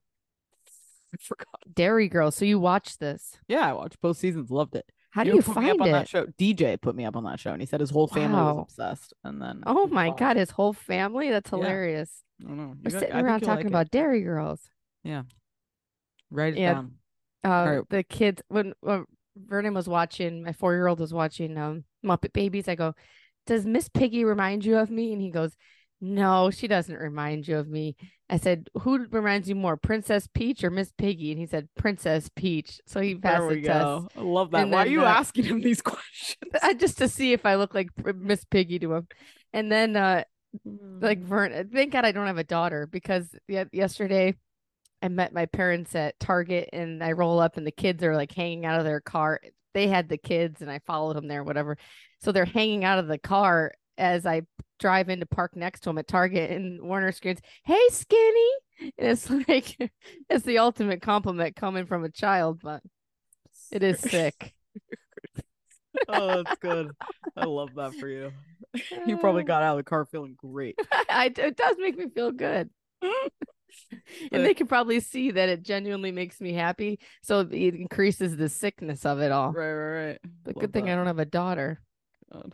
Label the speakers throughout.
Speaker 1: I forgot.
Speaker 2: Dairy Girl. So you watched this?
Speaker 1: Yeah, I watched both seasons, loved it.
Speaker 2: How do
Speaker 1: know
Speaker 2: you
Speaker 1: who put me up
Speaker 2: find
Speaker 1: on that
Speaker 2: it?
Speaker 1: show? DJ put me up on that show and he said his whole family
Speaker 2: Wow.
Speaker 1: was obsessed. And then
Speaker 2: Oh
Speaker 1: he
Speaker 2: my
Speaker 1: followed.
Speaker 2: god, his whole family? That's
Speaker 1: Yeah.
Speaker 2: hilarious.
Speaker 1: I don't know. You
Speaker 2: We're
Speaker 1: got-
Speaker 2: sitting
Speaker 1: I think
Speaker 2: around
Speaker 1: you'll
Speaker 2: talking
Speaker 1: like it.
Speaker 2: about dairy girls.
Speaker 1: Write it
Speaker 2: Yeah.
Speaker 1: down.
Speaker 2: Uh,
Speaker 1: right.
Speaker 2: The kids, when uh, Vernon was watching, my four year old was watching um, Muppet Babies, I go, Does Miss Piggy remind you of me? And he goes, No, she doesn't remind you of me. I said, Who reminds you more, Princess Peach or Miss Piggy? And he said, Princess Peach. So he passed
Speaker 1: There
Speaker 2: the
Speaker 1: we
Speaker 2: test.
Speaker 1: go. I love that.
Speaker 2: And
Speaker 1: Why are
Speaker 2: then,
Speaker 1: you
Speaker 2: uh,
Speaker 1: asking him these questions?
Speaker 2: Uh, just to see if I look like Pr- Miss Piggy to him. And then uh,
Speaker 1: Hmm.
Speaker 2: like Vern. Thank God I don't have a daughter because ye- yesterday I met my parents at Target and I roll up and the kids are like hanging out of their car. They had the kids and I followed them there, whatever. So they're hanging out of the car as I drive in to park next to them at Target and Warner screams, "Hey, skinny!" And it's like it's the ultimate compliment coming from a child, but it is sick.
Speaker 1: oh, that's good. I love that for you. You
Speaker 2: Ah.
Speaker 1: probably got out of the car feeling great.
Speaker 2: I, it does make me feel good. and they
Speaker 1: Like-
Speaker 2: can probably see that it genuinely makes me happy. So it increases the sickness of it all.
Speaker 1: Right, right, right.
Speaker 2: But
Speaker 1: Love
Speaker 2: good thing I
Speaker 1: that. Oh,
Speaker 2: don't have a daughter.
Speaker 1: God.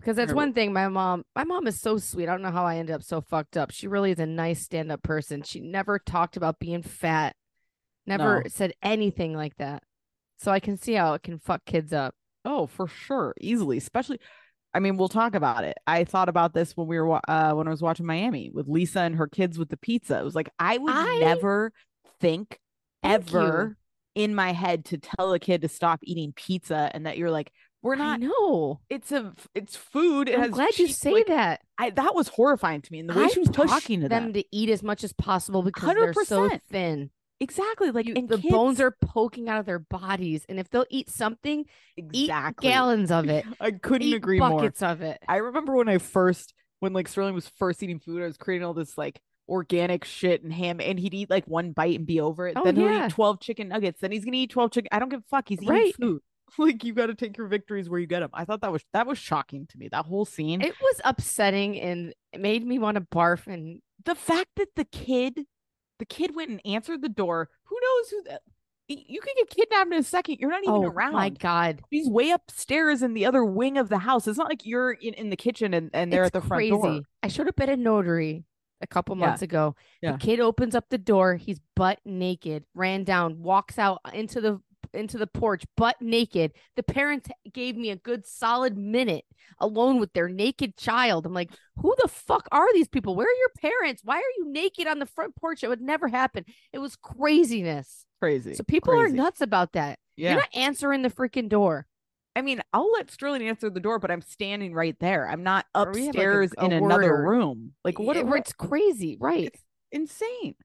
Speaker 2: Because that's
Speaker 1: Or-
Speaker 2: one thing my mom, my mom is so sweet. I don't know how I ended up so fucked up. She really is a nice stand up person. She never talked about being fat, never
Speaker 1: No.
Speaker 2: said anything like that. So I can see how it can fuck kids up.
Speaker 1: Oh, for sure, easily. Especially, I mean, we'll talk about it. I thought about this when we were wa- uh, when I was watching Miami with Lisa and her kids with the pizza. It was like I would
Speaker 2: I-
Speaker 1: never think
Speaker 2: Thank you.
Speaker 1: ever in my head to tell a kid to stop eating pizza and that you're like we're
Speaker 2: I
Speaker 1: not.
Speaker 2: know.
Speaker 1: It's a f- it's food. It
Speaker 2: I'm
Speaker 1: has
Speaker 2: glad you
Speaker 1: cheese,"
Speaker 2: say
Speaker 1: like,
Speaker 2: that.
Speaker 1: I, that was horrifying to me, and the way
Speaker 2: I
Speaker 1: she was
Speaker 2: push
Speaker 1: talking to
Speaker 2: them
Speaker 1: them.
Speaker 2: to eat as much as possible because they are so
Speaker 1: 100%.
Speaker 2: thin.
Speaker 1: exactly like
Speaker 2: You-
Speaker 1: and
Speaker 2: the bones
Speaker 1: kids-
Speaker 2: are poking out of their bodies, and if they'll eat something,
Speaker 1: exactly
Speaker 2: eat gallons of it.
Speaker 1: I couldn't
Speaker 2: eat
Speaker 1: agree more.
Speaker 2: buckets of it.
Speaker 1: I remember when I first, when like Sterling was first eating food, I was creating all this like organic shit and ham, and he'd eat like one bite and be over it.
Speaker 2: Oh,
Speaker 1: then he'll
Speaker 2: yeah.
Speaker 1: eat 12 chicken nuggets. Then he's going to eat 12 chicken. I don't give a fuck. He's eating
Speaker 2: Right.
Speaker 1: food. Like you got to take your victories where you get them. I thought that was that was shocking to me. That whole scene,
Speaker 2: It was upsetting and it made me want to barf. And
Speaker 1: the fact that the kid, the kid went and answered the door. Who knows who? The, y- you could get kidnapped in a second. You're not even
Speaker 2: oh
Speaker 1: around.
Speaker 2: my god,
Speaker 1: He's way upstairs in the other wing of the house. It's not like you're in, in the kitchen and, and they're
Speaker 2: it's
Speaker 1: at the
Speaker 2: crazy.
Speaker 1: front door.
Speaker 2: I showed up at a notary a couple
Speaker 1: Yeah.
Speaker 2: months ago.
Speaker 1: Yeah.
Speaker 2: The kid opens up the door. He's butt naked. Ran down. Walks out into the into the porch butt naked. The parents gave me a good solid minute alone with their naked child. I'm like, who the fuck are these people? Where are your parents? Why are you naked on the front porch? It would never happen. It was craziness.
Speaker 1: Crazy.
Speaker 2: So people are
Speaker 1: crazy.
Speaker 2: nuts about that.
Speaker 1: Yeah.
Speaker 2: You're not answering the freaking door.
Speaker 1: I mean, I'll let Sterling answer the door, but I'm standing right there. I'm not
Speaker 2: Or we have, like, a-
Speaker 1: upstairs
Speaker 2: a
Speaker 1: in
Speaker 2: word
Speaker 1: another
Speaker 2: or-
Speaker 1: room. Like what?
Speaker 2: Yeah,
Speaker 1: a-
Speaker 2: where it's crazy, right?
Speaker 1: It's insane.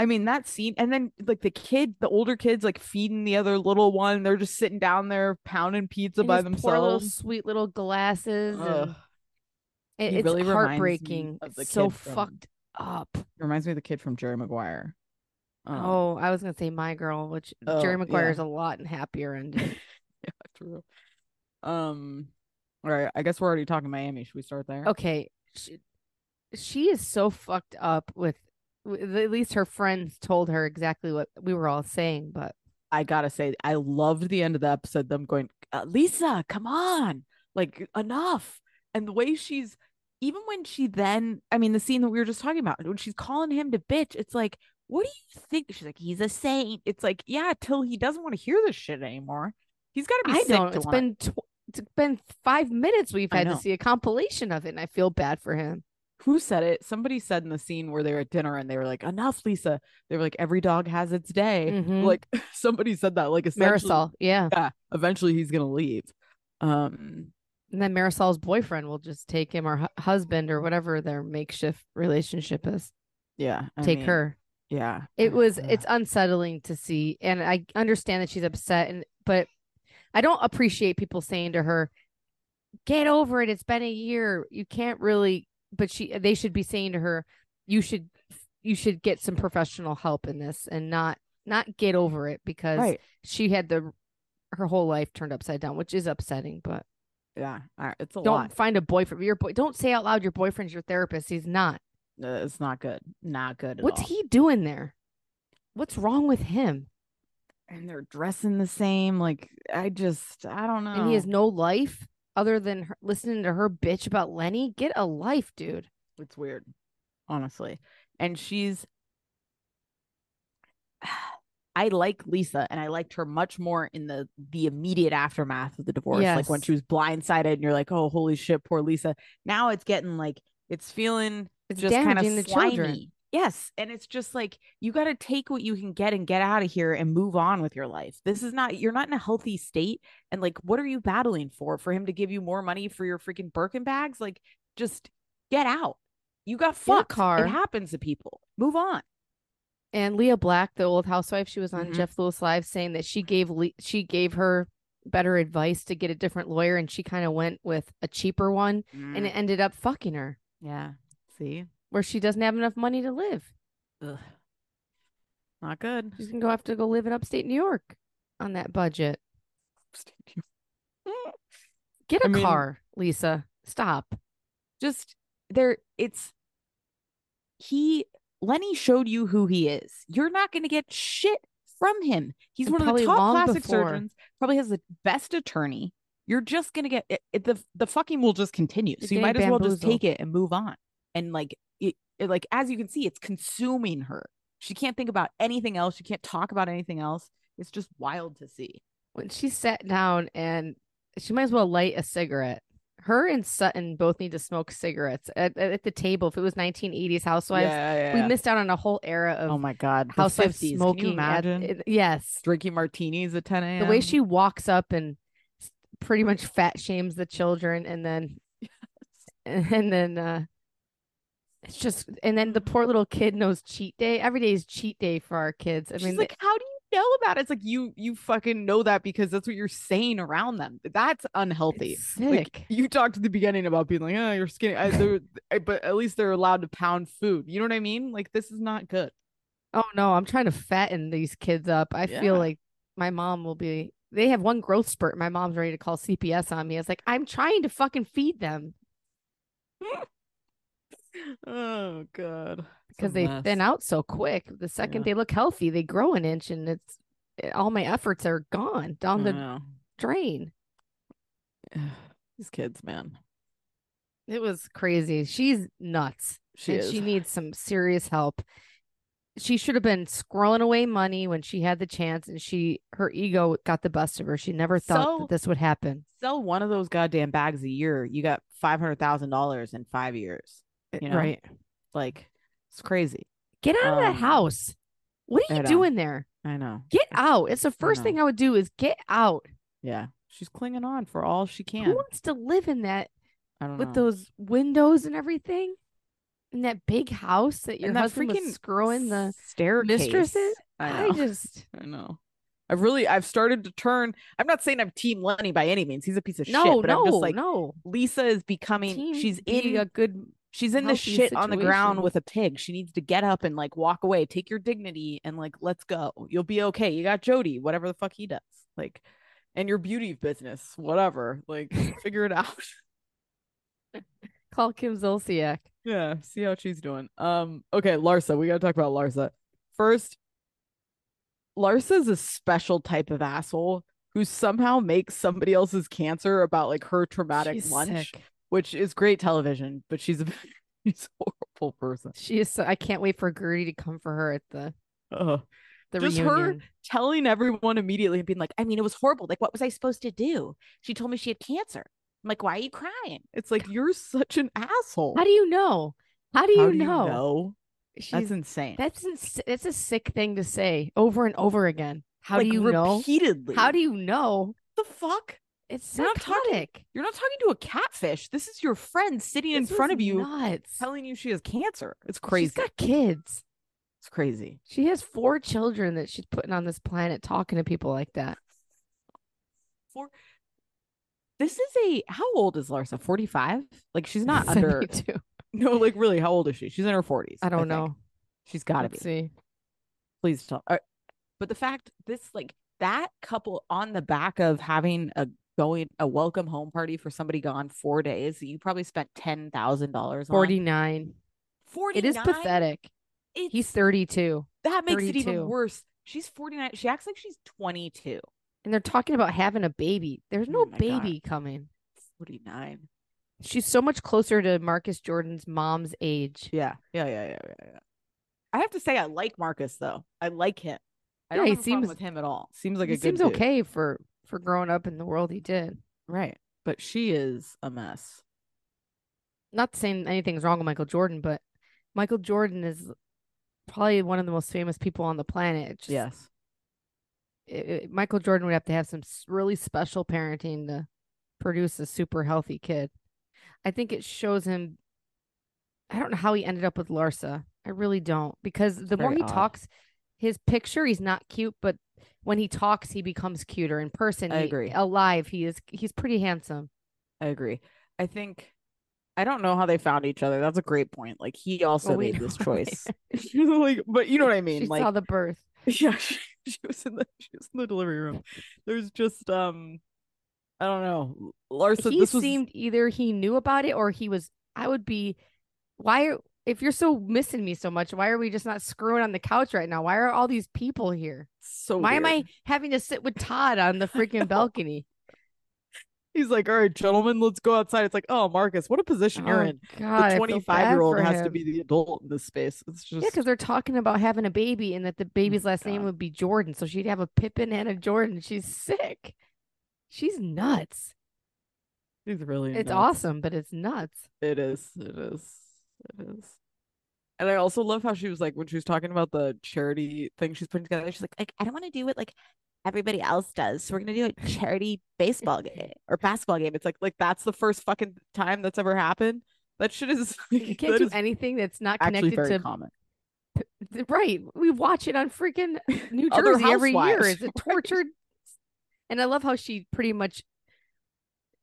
Speaker 1: I mean, that scene, and then like the kid, the older kids, like feeding the other little one. They're just sitting down there pounding pizza
Speaker 2: And
Speaker 1: by
Speaker 2: his Poor little
Speaker 1: themselves.
Speaker 2: sweet little glasses.
Speaker 1: Ugh.
Speaker 2: and it-
Speaker 1: He
Speaker 2: it's
Speaker 1: really reminds me
Speaker 2: heartbreaking.
Speaker 1: of the
Speaker 2: It's so
Speaker 1: kid from-
Speaker 2: fucked up.
Speaker 1: Reminds me of the kid from Jerry Maguire. Um,
Speaker 2: oh, I was gonna say my girl, which Jerry
Speaker 1: oh,
Speaker 2: Maguire
Speaker 1: yeah.
Speaker 2: is a lot happier ending.
Speaker 1: yeah, true. Um, all right. I guess we're already talking Miami. Should we start there?
Speaker 2: okay, she, she is so fucked up with. with- At least her friends told her exactly what we were all saying, but
Speaker 1: I gotta say, I loved the end of the episode. Them going, uh, Lisa, come on, like enough. And the way she's, even when she then, I mean, the scene that we were just talking about, when she's calling him to bitch, it's like, what do you think? She's like, he's a saint. It's like, yeah, till he doesn't want to hear this shit anymore. He's gotta be
Speaker 2: I
Speaker 1: sick
Speaker 2: don't.
Speaker 1: to
Speaker 2: It's
Speaker 1: wanna-
Speaker 2: been tw- it's been five minutes we've
Speaker 1: I
Speaker 2: had to
Speaker 1: know.
Speaker 2: see a compilation of it, and I feel bad for him.
Speaker 1: who said it? Somebody said in the scene where they were at dinner and they were like, enough, Lisa. They were like, every dog has its day.
Speaker 2: Mhm.
Speaker 1: Like somebody said that, like essentially,
Speaker 2: Marisol, yeah.
Speaker 1: yeah, eventually he's gonna leave. Um,
Speaker 2: And then Marisol's boyfriend will just take him or hu- husband or whatever their makeshift relationship is.
Speaker 1: Yeah. I
Speaker 2: take
Speaker 1: mean,
Speaker 2: her.
Speaker 1: Yeah.
Speaker 2: It
Speaker 1: I-
Speaker 2: was
Speaker 1: uh,
Speaker 2: it's unsettling to see and I understand that she's upset and but I don't appreciate people saying to her get over it it's been a year you can't really but she they should be saying to her you should you should get some professional help in this and not not get over it because
Speaker 1: right.
Speaker 2: she had the her whole life turned upside down which is upsetting but
Speaker 1: Yeah. I- It's a
Speaker 2: don't
Speaker 1: lot.
Speaker 2: find a boyfriend. Your boy, don't say out loud your boyfriend's your therapist. He's not.
Speaker 1: Uh, It's not good. Not good at
Speaker 2: What's
Speaker 1: all.
Speaker 2: he doing there? What's wrong with him?
Speaker 1: And they're dressing the same. Like, I just, I don't know.
Speaker 2: And he has no life other than her, listening to her bitch about Lenny. Get a life, dude.
Speaker 1: It's weird, honestly. And she's, I like Lisa, and I liked her much more in the the immediate aftermath of the divorce. Like when
Speaker 2: Yes.
Speaker 1: she was blindsided, and you're like, "Oh, holy shit, poor Lisa." Now it's getting like it's feeling
Speaker 2: It's
Speaker 1: just kind of
Speaker 2: damaging the
Speaker 1: slimy.
Speaker 2: children.
Speaker 1: Yes, and it's just like you got to take what you can get and get out of here and move on with your life. This is not you're not in a healthy state, and like, what are you battling for? For him to give you more money for your freaking Birkin bags? Like, just get out. You got
Speaker 2: Get a
Speaker 1: fucked.
Speaker 2: car.
Speaker 1: It happens to people. Move on.
Speaker 2: and Leah Black, the old housewife, she was on
Speaker 1: Mhm.
Speaker 2: Jeff Lewis Live saying that she gave Le- she gave her better advice to get a different lawyer, and she kind of went with a cheaper one, and it ended up fucking her,
Speaker 1: Mm. yeah. See?
Speaker 2: where she doesn't have enough money to live.
Speaker 1: Ugh. Not good.
Speaker 2: She's gonna go have to go live in upstate New York on that budget. Get a
Speaker 1: I mean-
Speaker 2: car, Lisa. Stop.
Speaker 1: Just there it's he Lenny showed you who he is. You're not gonna get shit from him. He's
Speaker 2: And
Speaker 1: one of the
Speaker 2: probably
Speaker 1: top
Speaker 2: long
Speaker 1: plastic
Speaker 2: before.
Speaker 1: surgeons, probably has the best attorney. You're just gonna get it, it- the the fucking will just continue.
Speaker 2: You're
Speaker 1: so you might
Speaker 2: getting
Speaker 1: as well just
Speaker 2: bamboozled.
Speaker 1: take it and move on. And like it, it- like as you can see, it's consuming her. She can't think about anything else. She can't talk about anything else. It's just wild to see.
Speaker 2: When she sat down and she might as well light a cigarette. Her and Sutton both need to smoke cigarettes at, at at the table. If it was 1980s housewives, we missed out on a whole era of
Speaker 1: oh my god, the
Speaker 2: housewives
Speaker 1: 50s. Can you
Speaker 2: smoking. at-
Speaker 1: imagine
Speaker 2: it- yes,
Speaker 1: drinking martinis at 10 a.m.
Speaker 2: the way she walks up and s- pretty much fat shames the children, and then and then uh, it's just and then the poor little kid knows cheat day. Every day is cheat day for our kids. I
Speaker 1: She's
Speaker 2: mean,
Speaker 1: like, how do you know about it? It's like you you fucking know that because that's what you're saying around them. That's unhealthy.
Speaker 2: it's
Speaker 1: Like,
Speaker 2: sick.
Speaker 1: you talked at the beginning about being like, oh, you're skinny, I, they're- I- but at least they're allowed to pound food. You know what I mean? Like this is not good.
Speaker 2: Oh no, I'm trying to fatten these kids up. I
Speaker 1: Yeah.
Speaker 2: feel like my mom will be. They have one growth spurt. My mom's ready to call CPS on me. It's like I'm trying to fucking feed them
Speaker 1: Oh god, It's a
Speaker 2: because they
Speaker 1: mess.
Speaker 2: thin out so quick. The second
Speaker 1: Yeah.
Speaker 2: they look healthy, they grow an inch, and it's it- all my efforts are gone down
Speaker 1: I
Speaker 2: the
Speaker 1: know.
Speaker 2: drain.
Speaker 1: These kids, man,
Speaker 2: It was crazy. She's nuts,
Speaker 1: she
Speaker 2: and
Speaker 1: is.
Speaker 2: she needs some serious help. She should have been squirreling away money when she had the chance, and she her ego got the best of her. She never thought
Speaker 1: So-
Speaker 2: that this would happen.
Speaker 1: Sell one of those goddamn bags a year. You got five hundred thousand dollars in five years. you know?
Speaker 2: Right?
Speaker 1: Like it's crazy.
Speaker 2: Get out of that
Speaker 1: Um,
Speaker 2: house. What are
Speaker 1: I
Speaker 2: you
Speaker 1: know.
Speaker 2: doing there?
Speaker 1: I know.
Speaker 2: Get out. It's the first
Speaker 1: know.
Speaker 2: thing I would do is get out.
Speaker 1: Yeah, she's clinging on for all she can.
Speaker 2: Who wants to live in that
Speaker 1: I don't
Speaker 2: with
Speaker 1: know.
Speaker 2: those windows and everything in that big house that your
Speaker 1: And that
Speaker 2: husband
Speaker 1: freaking
Speaker 2: was screwing the
Speaker 1: staircase.
Speaker 2: mistresses.
Speaker 1: I know. I,
Speaker 2: just
Speaker 1: know. I've really I've started to turn. I'm not saying I'm team Lenny by any means. He's a piece of
Speaker 2: no,
Speaker 1: shit. But
Speaker 2: no,
Speaker 1: I'm just like
Speaker 2: no.
Speaker 1: Lisa is becoming
Speaker 2: Team
Speaker 1: she's
Speaker 2: be
Speaker 1: in
Speaker 2: a good.
Speaker 1: she's in the
Speaker 2: healthy
Speaker 1: shit on the ground
Speaker 2: situation.
Speaker 1: with a pig. She needs to get up and like walk away. Take your dignity and like let's go. You'll be okay. You got Jody, whatever the fuck he does. Like and your beauty business, whatever. Like figure it out.
Speaker 2: Call Kim Zolciak.
Speaker 1: Yeah, see how she's doing. Um, okay, Larsa, we gotta talk about Larsa. First, Larsa's a special type of asshole who somehow makes somebody else's cancer about like her traumatic
Speaker 2: She's
Speaker 1: lunch,
Speaker 2: sick.
Speaker 1: which is great television, but she's a she's a horrible person.
Speaker 2: She is. So, I can't wait for Gertie to come for her at the
Speaker 1: Ugh.
Speaker 2: the
Speaker 1: Just her-
Speaker 2: reunion.
Speaker 1: Telling everyone immediately and being like, I mean, it was horrible. Like, what was I supposed to do? She told me she had cancer. I'm like, why are you crying? It's like you're such an asshole.
Speaker 2: How do you know? How do you
Speaker 1: How
Speaker 2: know?
Speaker 1: know?
Speaker 2: She's,
Speaker 1: That's insane.
Speaker 2: that's ins- that's a sick thing to say over and over again. How
Speaker 1: Like,
Speaker 2: do you know?
Speaker 1: repeatedly.
Speaker 2: How do you know?
Speaker 1: the fuck?
Speaker 2: It's
Speaker 1: We're not talking-
Speaker 2: psychotic.
Speaker 1: You're not talking to a catfish. This is your friend sitting in
Speaker 2: This was
Speaker 1: front of you
Speaker 2: nuts.
Speaker 1: telling you she has cancer. It's crazy.
Speaker 2: She's got kids.
Speaker 1: it's crazy.
Speaker 2: She has four children that she's putting on this planet talking to people like that.
Speaker 1: For this is a how old is Larsa? 45? Like she's not under
Speaker 2: 72.
Speaker 1: no, like really, how old is she? She's in her 40s.
Speaker 2: I don't
Speaker 1: think.
Speaker 2: know.
Speaker 1: She's gotta
Speaker 2: Let's
Speaker 1: be.
Speaker 2: see.
Speaker 1: Please tell. uh, but the fact this like that couple on the back of having a going a welcome home party for somebody gone four days, you probably spent ten thousand dollars on
Speaker 2: 49.
Speaker 1: 49?
Speaker 2: It is pathetic.
Speaker 1: It's
Speaker 2: He's 32.
Speaker 1: That makes it even
Speaker 2: 32.
Speaker 1: worse. She's 49. She acts like she's 22.
Speaker 2: And they're talking about having a baby. There's
Speaker 1: Oh
Speaker 2: no
Speaker 1: my God.
Speaker 2: baby coming.
Speaker 1: 49.
Speaker 2: She's so much closer to Marcus Jordan's mom's age.
Speaker 1: Yeah. Yeah. Yeah. Yeah. Yeah. yeah. I have to say, I like Marcus though. I like him. I
Speaker 2: Yeah,
Speaker 1: don't
Speaker 2: he
Speaker 1: have a problem
Speaker 2: seems-
Speaker 1: with him at all. Seems like a
Speaker 2: he
Speaker 1: good
Speaker 2: seems
Speaker 1: dude.
Speaker 2: okay for for growing up in the world he did.
Speaker 1: Right. But she is a mess.
Speaker 2: Not saying anything's wrong with Michael Jordan, but Michael Jordan is probably one of the most famous people on the planet. It's just-
Speaker 1: Yes.
Speaker 2: it, it- Michael Jordan would have to have some s- really special parenting to produce a super healthy kid. I think it shows him. I I don't know how he ended up with Larsa. I really don't because the more
Speaker 1: very
Speaker 2: he
Speaker 1: odd.
Speaker 2: talks, his picture he's not cute, but when he talks, he becomes cuter in person.
Speaker 1: I
Speaker 2: he-
Speaker 1: agree.
Speaker 2: alive, he is. He's pretty handsome.
Speaker 1: I agree. I think I don't know how they found each other. That's a great point. Like he also
Speaker 2: we
Speaker 1: made this
Speaker 2: don't either.
Speaker 1: choice. like, but you know what I mean.
Speaker 2: she
Speaker 1: like
Speaker 2: saw the birth.
Speaker 1: yeah she, she was in the she was in the delivery room there's just um i don't know larsa
Speaker 2: he
Speaker 1: this was
Speaker 2: seemed either he knew about it or he was. I would be. Why are if you're so missing me so much? Why are we just not screwing on the couch right now? Why are all these people here?
Speaker 1: so
Speaker 2: why am I
Speaker 1: weird.
Speaker 2: having to sit with Todd on the freaking balcony?
Speaker 1: he's like all right gentlemen let's go outside it's like oh marcus what a position you're
Speaker 2: Oh,
Speaker 1: in
Speaker 2: God, I
Speaker 1: the
Speaker 2: feel
Speaker 1: 25
Speaker 2: bad
Speaker 1: year old
Speaker 2: for
Speaker 1: has to
Speaker 2: him.
Speaker 1: be the adult in this space it's just
Speaker 2: Yeah, because they're talking about having a baby and that the baby's last name
Speaker 1: Oh God.
Speaker 2: would be Jordan. So she'd have a Pippin and a Jordan. She's sick. She's nuts.
Speaker 1: he's really
Speaker 2: It's
Speaker 1: nuts.
Speaker 2: awesome, but it's nuts.
Speaker 1: it is it is it is and I also love how she was like when she was talking about the charity thing she's putting together. She's like,
Speaker 3: like I don't want to do what like everybody else does. So we're gonna do a charity baseball game or basketball game.
Speaker 1: it's like like that's the first fucking time that's ever happened. That shit is
Speaker 2: You can't
Speaker 1: that
Speaker 2: do
Speaker 1: is
Speaker 2: anything that's not
Speaker 1: actually
Speaker 2: connected
Speaker 1: very
Speaker 2: to
Speaker 1: common.
Speaker 2: right. We watch it on freaking New
Speaker 1: Other
Speaker 2: Jersey every year. It's
Speaker 1: Housewives,
Speaker 2: a
Speaker 1: right?
Speaker 2: tortured and I love how she pretty much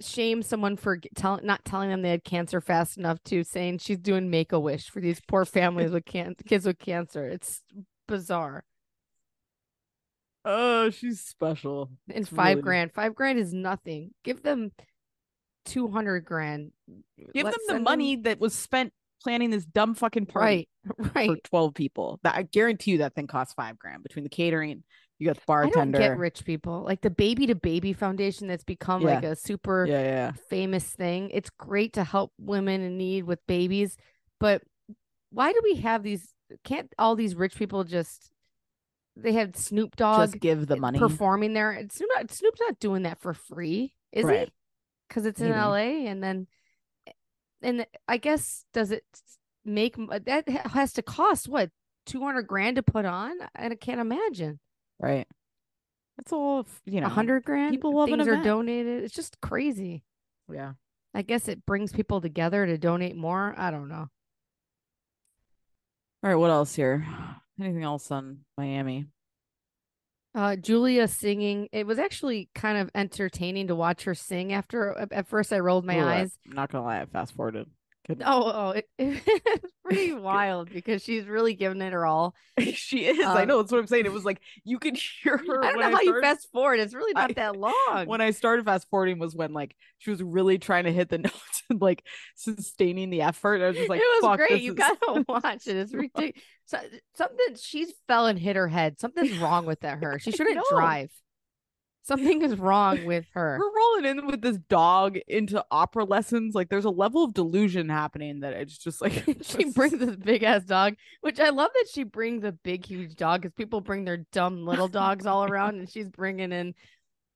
Speaker 2: shames someone for g- tell- not telling them they had cancer fast enough to saying she's doing make a wish for these poor families with can- kids with cancer. It's bizarre.
Speaker 1: Oh, she's special.
Speaker 2: and
Speaker 1: It's
Speaker 2: five
Speaker 1: really-
Speaker 2: grand. Five grand is nothing. Give them two hundred grand. Let-
Speaker 1: Give them the
Speaker 2: send
Speaker 1: money that was spent planning this dumb fucking party
Speaker 2: Right, right.
Speaker 1: for twelve people. That I guarantee you that thing cost five grand between the catering. You got the
Speaker 2: I don't
Speaker 1: bartender.
Speaker 2: get rich people like the Baby to Baby Foundation that's become like a super
Speaker 1: yeah, yeah, yeah.
Speaker 2: famous thing. It's great to help women in need with babies, but why do we have these? Can't all these rich people just? They had Snoop Dogg
Speaker 1: Just give the money.
Speaker 2: performing there. And Snoop not, Snoop's not doing that for free, is
Speaker 1: Right.
Speaker 2: he? Because it's in
Speaker 1: Maybe.
Speaker 2: L.A. and then, and I guess does it make m- that ha- has to cost what two hundred grand to put on? And I can't imagine
Speaker 1: right. It's all f- you
Speaker 2: a
Speaker 1: know.
Speaker 2: hundred grand.
Speaker 1: people love an
Speaker 2: things are
Speaker 1: event.
Speaker 2: donated. It's just crazy.
Speaker 1: Yeah.
Speaker 2: I guess it brings people together to donate more. I don't know.
Speaker 1: All right. What else here? Anything else on Miami?
Speaker 2: Uh, Julia singing. It was actually kind of entertaining to watch her sing. After at- at first, I rolled my
Speaker 1: Ooh, I-
Speaker 2: eyes.
Speaker 1: I'm not gonna lie. I fast forwarded. Good.
Speaker 2: Oh, oh it, it's pretty wild because she's really giving it her all.
Speaker 1: she is. I
Speaker 2: Um,
Speaker 1: know. That's what I'm saying. It was like you could hear her.
Speaker 2: I don't know
Speaker 1: when
Speaker 2: how you
Speaker 1: started-
Speaker 2: fast forward. It's really not
Speaker 1: I-
Speaker 2: that long.
Speaker 1: when I started fast forwarding was when like she was really trying to hit the notes and like sustaining the effort. I was just like,
Speaker 2: it was
Speaker 1: Fuck,
Speaker 2: great.
Speaker 1: this
Speaker 2: You
Speaker 1: is-
Speaker 2: gotta watch it. It's ridiculous. So, something she fell and hit her head. Something's wrong with that. Her. She
Speaker 1: I
Speaker 2: shouldn't
Speaker 1: know.
Speaker 2: drive. Something is wrong with her.
Speaker 1: We're rolling in with this dog into opera lessons. Like, there's a level of delusion happening that it's just like
Speaker 2: she brings this big ass dog, which I love that she brings a big, huge dog because people bring their dumb little dogs all around, and she's bringing in.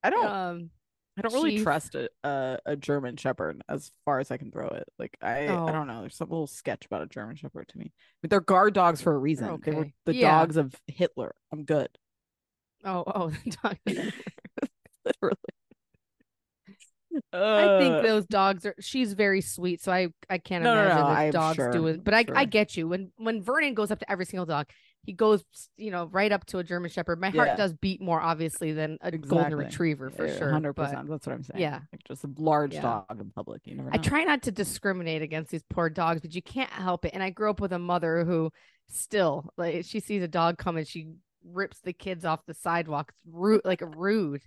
Speaker 1: I don't.
Speaker 2: Um,
Speaker 1: I don't really
Speaker 2: Chief.
Speaker 1: trust a, a a German Shepherd as far as I can throw it. Like I,
Speaker 2: Oh.
Speaker 1: I don't know. There's some little sketch about a German Shepherd to me. But they're guard dogs for a reason. They were
Speaker 2: okay.
Speaker 1: the
Speaker 2: Yeah.
Speaker 1: dogs of Hitler. I'm good.
Speaker 2: oh, oh, the dog.
Speaker 1: Literally.
Speaker 2: I
Speaker 1: Uh,
Speaker 2: think those dogs are. She's very sweet, so I I can't
Speaker 1: No, no,
Speaker 2: imagine
Speaker 1: no,
Speaker 2: that
Speaker 1: I'm
Speaker 2: dogs
Speaker 1: sure,
Speaker 2: do it. But I I
Speaker 1: sure.
Speaker 2: get you. When when Vernon goes up to every single dog, he goes you know right up to a German Shepherd. My heart
Speaker 1: Yeah.
Speaker 2: does beat more obviously than a
Speaker 1: Exactly.
Speaker 2: Golden Retriever for
Speaker 1: Yeah,
Speaker 2: sure.
Speaker 1: 100%.
Speaker 2: but
Speaker 1: Eh, That's what I'm saying.
Speaker 2: yeah.
Speaker 1: Like just a large
Speaker 2: Yeah.
Speaker 1: dog in public. You never know.
Speaker 2: I try not to discriminate against these poor dogs, but you can't help it. And I grew up with a mother who still like she sees a dog coming, she rips the kids off the sidewalk. It's rude, like rude.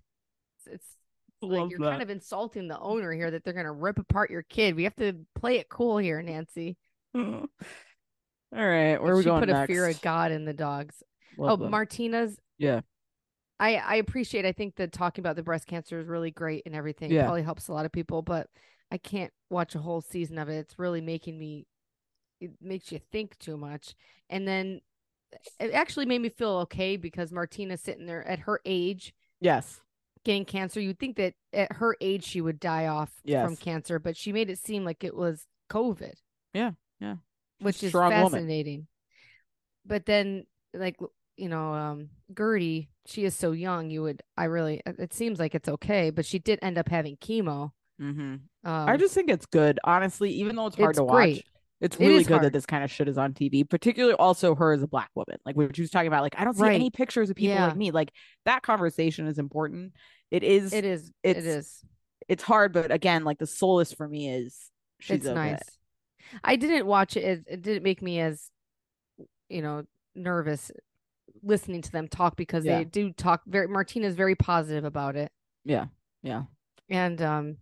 Speaker 2: It's- it's like
Speaker 1: Love
Speaker 2: you're
Speaker 1: that.
Speaker 2: kind of insulting the owner here that they're gonna rip apart your kid. We have to play it cool here, Nancy.
Speaker 1: All right. Where
Speaker 2: But
Speaker 1: are we
Speaker 2: she
Speaker 1: going
Speaker 2: put
Speaker 1: next?
Speaker 2: a fear of God in the dogs.
Speaker 1: Love
Speaker 2: oh,
Speaker 1: that.
Speaker 2: Martina's.
Speaker 1: Yeah.
Speaker 2: I I appreciate. I think that talking about the breast cancer is really great and everything. It
Speaker 1: Yeah.
Speaker 2: probably helps a lot of people, but I can't watch a whole season of it. It's really making me. It makes you think too much, and then it actually made me feel okay because Martina's sitting there at her age
Speaker 1: Yes.
Speaker 2: getting cancer. You'd think that at her age she would die off from
Speaker 1: Yes.
Speaker 2: cancer, but she made it seem like it was COVID.
Speaker 1: Yeah, yeah.
Speaker 2: Which
Speaker 1: a
Speaker 2: is
Speaker 1: strong woman.
Speaker 2: fascinating. But then like you know, um Gertie, she is so young, you would I really it- it seems like it's okay, but she did end up having chemo.
Speaker 1: Mm-hmm.
Speaker 2: Um,
Speaker 1: I just think it's good. Honestly, even though it's hard
Speaker 2: it's
Speaker 1: to watch,
Speaker 2: great.
Speaker 1: It's
Speaker 2: It
Speaker 1: really
Speaker 2: is
Speaker 1: good
Speaker 2: hard.
Speaker 1: that this kind of shit is on TV, particularly also her as a black woman. Like we were just talking about, like I don't see any
Speaker 2: Right.
Speaker 1: pictures of people
Speaker 2: Yeah.
Speaker 1: like me. Like that conversation is important. It is.
Speaker 2: It is.
Speaker 1: it's-
Speaker 2: it is.
Speaker 1: it's hard, but again, like the solace for me is she's
Speaker 2: It's
Speaker 1: over
Speaker 2: nice.
Speaker 1: it.
Speaker 2: I didn't watch it. as- It didn't make me as, you know, nervous listening to them talk because
Speaker 1: Yeah.
Speaker 2: they do talk very. Martina's very positive about it.
Speaker 1: Yeah, yeah.
Speaker 2: And um,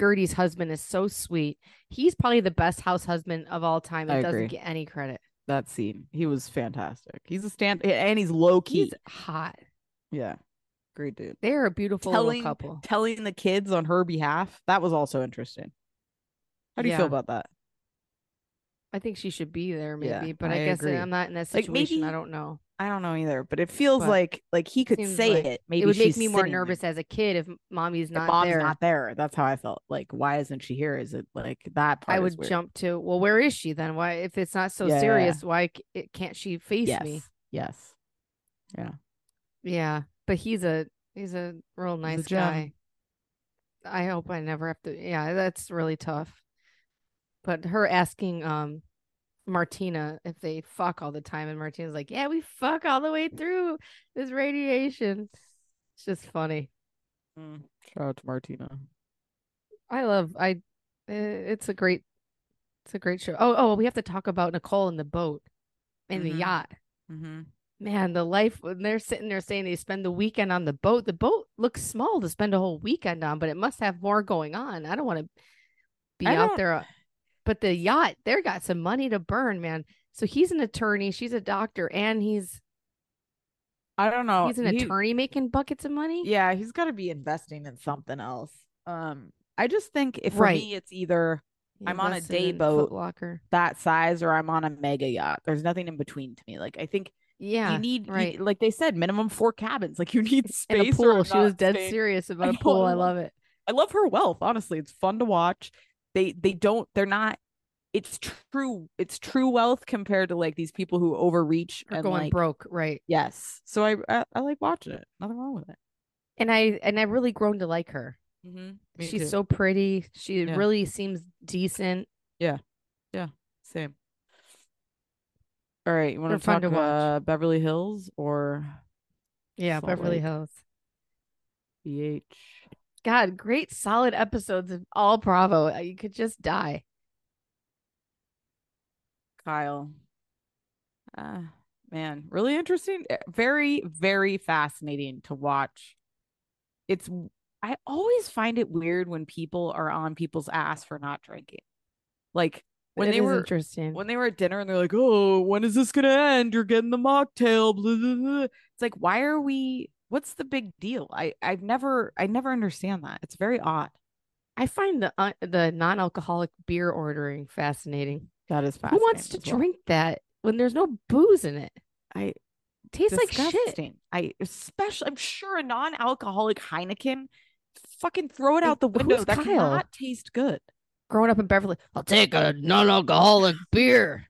Speaker 2: Gertie's husband is so sweet. He's probably the best house husband of all time. It
Speaker 1: I
Speaker 2: doesn't
Speaker 1: agree.
Speaker 2: get any credit.
Speaker 1: That scene, he was fantastic. He's a stand, and he's low key.
Speaker 2: He's hot.
Speaker 1: yeah, great dude.
Speaker 2: They're a beautiful
Speaker 1: Telling
Speaker 2: little couple.
Speaker 1: telling the kids on her behalf that was also interesting. How do you
Speaker 2: Yeah.
Speaker 1: feel about that?
Speaker 2: I think she should be there,
Speaker 1: Yeah,
Speaker 2: maybe. but I,
Speaker 1: I
Speaker 2: guess
Speaker 1: agree.
Speaker 2: I'm not in that
Speaker 1: Like,
Speaker 2: situation. I
Speaker 1: maybe
Speaker 2: don't know.
Speaker 1: I don't know either, but it feels
Speaker 2: But
Speaker 1: like like he could
Speaker 2: seems
Speaker 1: say
Speaker 2: like
Speaker 1: it. Maybe
Speaker 2: it would make
Speaker 1: she's
Speaker 2: me more
Speaker 1: sitting there.
Speaker 2: nervous as a kid if m- mommy's
Speaker 1: If
Speaker 2: not
Speaker 1: mom's
Speaker 2: there.
Speaker 1: not there. That's how I felt. Like, why isn't she here? Is it like that? Part
Speaker 2: I
Speaker 1: is
Speaker 2: would
Speaker 1: weird.
Speaker 2: jump to, well, where is she then? Why, if it's not so
Speaker 1: Yeah, yeah, yeah.
Speaker 2: serious, why c- it, can't she face
Speaker 1: Yes,
Speaker 2: me?
Speaker 1: yes.
Speaker 2: Yeah, but he's a he's a real nice
Speaker 1: gem.
Speaker 2: guy. I hope I never have to. Yeah, that's really tough. But her asking um Martina if they fuck all the time, and Martina's like, "Yeah, we fuck all the way through this radiation." It's just funny. Mm.
Speaker 1: Shout out to Martina.
Speaker 2: I love. I. uh, It's a great. It's a great show. Oh, oh, we have to talk about Nicole and the boat, and
Speaker 1: Mhm.
Speaker 2: the yacht.
Speaker 1: Mm-hmm.
Speaker 2: Man, the life when they're sitting there saying they spend the weekend on the boat. The boat looks small to spend a whole weekend on, but it must have more going on. I don't want to be
Speaker 1: I
Speaker 2: out
Speaker 1: don't-
Speaker 2: there. uh, But the yacht, they're got some money to burn, man. So he's an attorney, she's a doctor, and he's
Speaker 1: I don't know.
Speaker 2: he's an
Speaker 1: He-
Speaker 2: attorney making buckets of money.
Speaker 1: Oh, Yeah, he's got to be investing in something else. Um, I just think if for
Speaker 2: Right.
Speaker 1: me it's either
Speaker 2: He
Speaker 1: I'm on a
Speaker 2: invested
Speaker 1: day
Speaker 2: in
Speaker 1: boat.
Speaker 2: Foot Locker.
Speaker 1: that size or I'm on a mega yacht. There's nothing in between to me. Like I think
Speaker 2: Yeah,
Speaker 1: you need you-
Speaker 2: right.
Speaker 1: like they said, minimum four cabins. Like you need
Speaker 2: and a
Speaker 1: space. or
Speaker 2: pool.
Speaker 1: I'm
Speaker 2: She was
Speaker 1: not
Speaker 2: dead
Speaker 1: staying-
Speaker 2: serious
Speaker 1: I
Speaker 2: about a
Speaker 1: know,
Speaker 2: pool.
Speaker 1: I
Speaker 2: I love
Speaker 1: love-
Speaker 2: it.
Speaker 1: I love her wealth. Honestly, it's fun to watch. They they don't. They're not. It's true. It's true wealth compared to like these people who overreach
Speaker 2: Her
Speaker 1: and
Speaker 2: going
Speaker 1: like
Speaker 2: broke, right?
Speaker 1: yes. So I, I I like watching it. Nothing wrong with it.
Speaker 2: And I and I really grown to like her.
Speaker 1: Mm-hmm.
Speaker 2: She's so pretty. She
Speaker 1: Yeah.
Speaker 2: really seems decent.
Speaker 1: Same. All right, you want
Speaker 2: They're
Speaker 1: to
Speaker 2: fun
Speaker 1: talk
Speaker 2: to watch.
Speaker 1: uh, Beverly Hills or
Speaker 2: Yeah,
Speaker 1: Salt
Speaker 2: Beverly
Speaker 1: Lake.
Speaker 2: Hills.
Speaker 1: BH?
Speaker 2: God, great solid episodes of all Bravo. Uh, You could just die.
Speaker 1: Kyle. Uh, man, really interesting. eh, Very, very fascinating to watch. It's w- I always find it weird when people are on people's ass for not drinking. Like when
Speaker 2: It
Speaker 1: they
Speaker 2: is
Speaker 1: were
Speaker 2: interesting.
Speaker 1: when they were at dinner and they're like, "Oh, when is this gonna end? You're getting the mocktail." Blah, blah, blah." It's like, why are we? What's the big deal? I I've never I never understand that. It's very odd.
Speaker 2: I find the uh, the non-alcoholic beer ordering fascinating.
Speaker 1: That is
Speaker 2: Who
Speaker 1: fascinating.
Speaker 2: wants to
Speaker 1: as well.
Speaker 2: drink that when there's no booze in it?
Speaker 1: I
Speaker 2: Tastes like shit.
Speaker 1: disgusting. I especially I'm sure a non-alcoholic Heineken. Fucking throw it
Speaker 2: Like,
Speaker 1: out the window.
Speaker 2: who's
Speaker 1: That
Speaker 2: Kyle?
Speaker 1: cannot taste good.
Speaker 2: Growing up in Beverly, I'll take a non-alcoholic beer.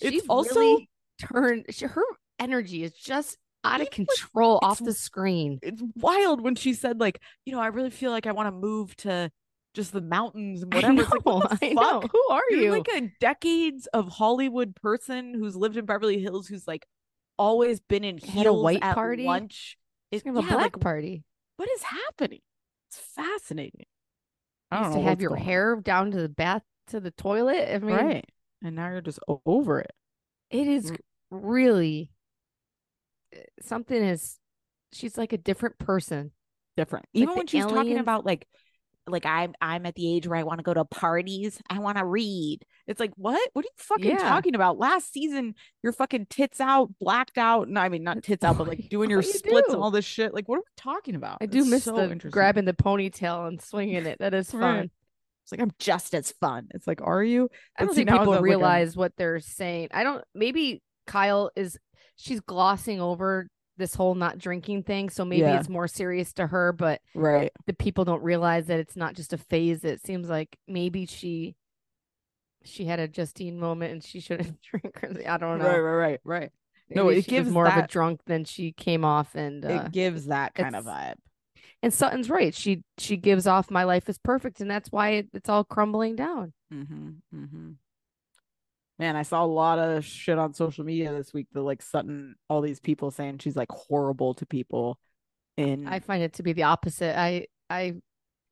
Speaker 1: It's
Speaker 2: She's
Speaker 1: also-
Speaker 2: really turned she, her energy is just out of
Speaker 1: Even, like,
Speaker 2: control
Speaker 1: it's
Speaker 2: off the screen.
Speaker 1: It's wild when she said, like, you know, I really feel like I want to move to just the mountains and whatever.
Speaker 2: I know.
Speaker 1: It's like, what the
Speaker 2: I
Speaker 1: fuck?
Speaker 2: know. Who are
Speaker 1: You're
Speaker 2: you?
Speaker 1: like a decades of Hollywood person who's lived in Beverly Hills, who's like always been in heels
Speaker 2: Had a white
Speaker 1: at
Speaker 2: party?
Speaker 1: lunch. It-
Speaker 2: She's gonna have a
Speaker 1: yeah,
Speaker 2: black
Speaker 1: like,
Speaker 2: party.
Speaker 1: what is happening? It's fascinating. I
Speaker 2: You
Speaker 1: don't
Speaker 2: used to
Speaker 1: know
Speaker 2: have
Speaker 1: what's
Speaker 2: your
Speaker 1: going on.
Speaker 2: hair down to the bath to the toilet. I mean,
Speaker 1: right, and now you're just o- over it.
Speaker 2: it is
Speaker 1: Mm.
Speaker 2: really uh, something is. She's like a different person.
Speaker 1: Different,
Speaker 2: Like
Speaker 1: even
Speaker 2: the
Speaker 1: when she's talking
Speaker 2: aliens-
Speaker 1: about like, like I'm I'm at the age where I want to go to parties. I want to read. It's like what? What are you fucking
Speaker 2: Yeah.
Speaker 1: talking about? Last season, you're fucking tits out, blacked out. No, I mean not tits out, but like doing your
Speaker 2: What you
Speaker 1: splits
Speaker 2: do?
Speaker 1: and all this shit. Like what are we talking about?
Speaker 2: I do
Speaker 1: It's
Speaker 2: miss
Speaker 1: so
Speaker 2: the
Speaker 1: interesting.
Speaker 2: grabbing the ponytail and swinging it. That is fun.
Speaker 1: Right. It's like I'm just as fun. It's like, are you?
Speaker 2: I don't
Speaker 1: But see,
Speaker 2: think
Speaker 1: now
Speaker 2: people
Speaker 1: that, like, I'm-
Speaker 2: realize what they're saying. I don't. Maybe Kyle is. She's glossing over this whole not drinking thing, so maybe
Speaker 1: Yeah.
Speaker 2: it's more serious to her. But
Speaker 1: Right.
Speaker 2: the people don't realize that it's not just a phase. It seems like maybe she she had a Justine moment and she shouldn't drink. Or, I don't know.
Speaker 1: Right. Right. Right. Right. No,
Speaker 2: Maybe
Speaker 1: it
Speaker 2: she was
Speaker 1: gives
Speaker 2: more of a
Speaker 1: that-
Speaker 2: drunk than she came off, and uh,
Speaker 1: it gives that kind of
Speaker 2: it's-
Speaker 1: vibe.
Speaker 2: And Sutton's right. She she gives off my life is perfect, and that's why it, it's all crumbling down.
Speaker 1: Mm-hmm, mm-hmm. Man, I saw a lot of shit on social media this week that like Sutton, all these people saying she's like horrible to people. In
Speaker 2: I find it to be the opposite. I I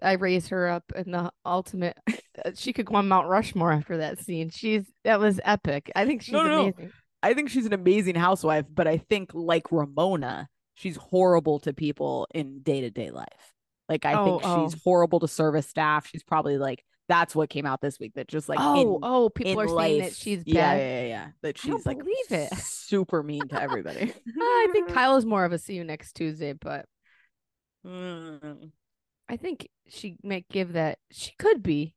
Speaker 2: I raise her up in the ultimate. uh, she could go on Mount Rushmore after that scene. She's that was epic. I think she's
Speaker 1: No, no, no.
Speaker 2: amazing.
Speaker 1: I think she's an amazing housewife, but I think like Ramona, she's horrible to people in day to day life. Like I think
Speaker 2: Oh,
Speaker 1: she's horrible to service staff. She's probably like that's what came out this week that just like
Speaker 2: oh
Speaker 1: in-
Speaker 2: oh, people
Speaker 1: in
Speaker 2: are saying that
Speaker 1: life-
Speaker 2: she's bad.
Speaker 1: yeah, yeah, yeah, yeah. That
Speaker 2: I don't
Speaker 1: she's like
Speaker 2: believe it.
Speaker 1: super mean to everybody.
Speaker 2: I think Kyle's more of a see you next Tuesday, but
Speaker 1: Mm.
Speaker 2: I think she might give that. She could be,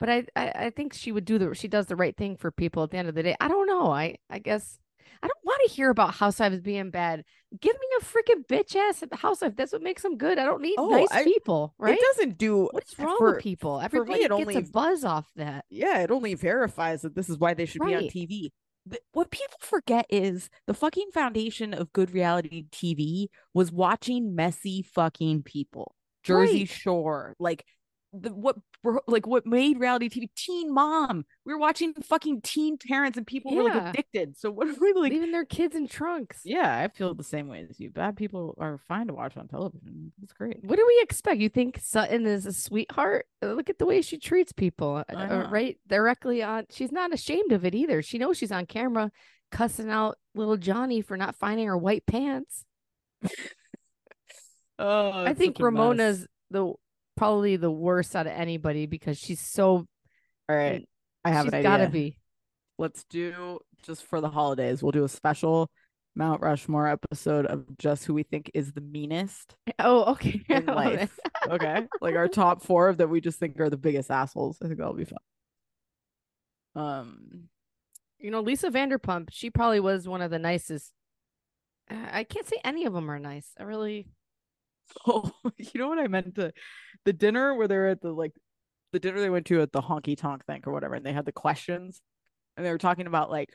Speaker 2: but I, I I think she would do the she does the right thing for people at the end of the day. I don't know. I I guess I don't want to hear about housewives being bad. Give me a freaking bitch ass housewife. That's what makes them good. I don't need
Speaker 1: Oh,
Speaker 2: nice
Speaker 1: I-
Speaker 2: people, right?
Speaker 1: It doesn't do
Speaker 2: What is wrong
Speaker 1: for-
Speaker 2: with people?
Speaker 1: me,
Speaker 2: Everybody
Speaker 1: it
Speaker 2: gets
Speaker 1: only-
Speaker 2: a buzz off that.
Speaker 1: yeah, it only verifies that this is why they should be on
Speaker 2: Right.
Speaker 1: TV.
Speaker 3: th- what people forget is the fucking foundation of good reality TV was watching messy fucking people. Jersey
Speaker 2: Right.
Speaker 3: Shore, like the what bro- like what made reality TV Teen Mom. We were watching fucking teen parents and people were
Speaker 2: Yeah.
Speaker 3: like addicted. So what are we like
Speaker 2: Leaving their kids in trunks.
Speaker 1: Yeah, I feel the same way as you. Bad people are fine to watch on television. It's great.
Speaker 2: What do we expect? You think Sutton is a sweetheart? Uh, Look at the way she treats people, uh,
Speaker 1: I
Speaker 2: uh,
Speaker 1: know.
Speaker 2: right? Directly on. She's not ashamed of it either. She knows she's on camera cussing out little Johnny for not finding her white pants.
Speaker 1: Oh,
Speaker 2: I
Speaker 1: it's
Speaker 2: think
Speaker 1: such a mess.
Speaker 2: Ramona's the probably the worst out of anybody because she's so.
Speaker 1: All right, I have
Speaker 2: she's
Speaker 1: an idea.
Speaker 2: gotta be.
Speaker 1: Let's do just for the holidays. We'll do a special Mount Rushmore episode of just who we think is the meanest
Speaker 2: Oh, okay. I
Speaker 1: in
Speaker 2: love it.
Speaker 1: life. okay, like our top four that we just think are the biggest assholes. I think that'll be fun. Um,
Speaker 2: You know, Lisa Vanderpump. She probably was one of the nicest. Uh, I can't say any of them are nice. I really.
Speaker 1: Oh, you know what I meant to the dinner where they were at the like the dinner they went to at the honky tonk thing or whatever, and they had the questions and they were talking about like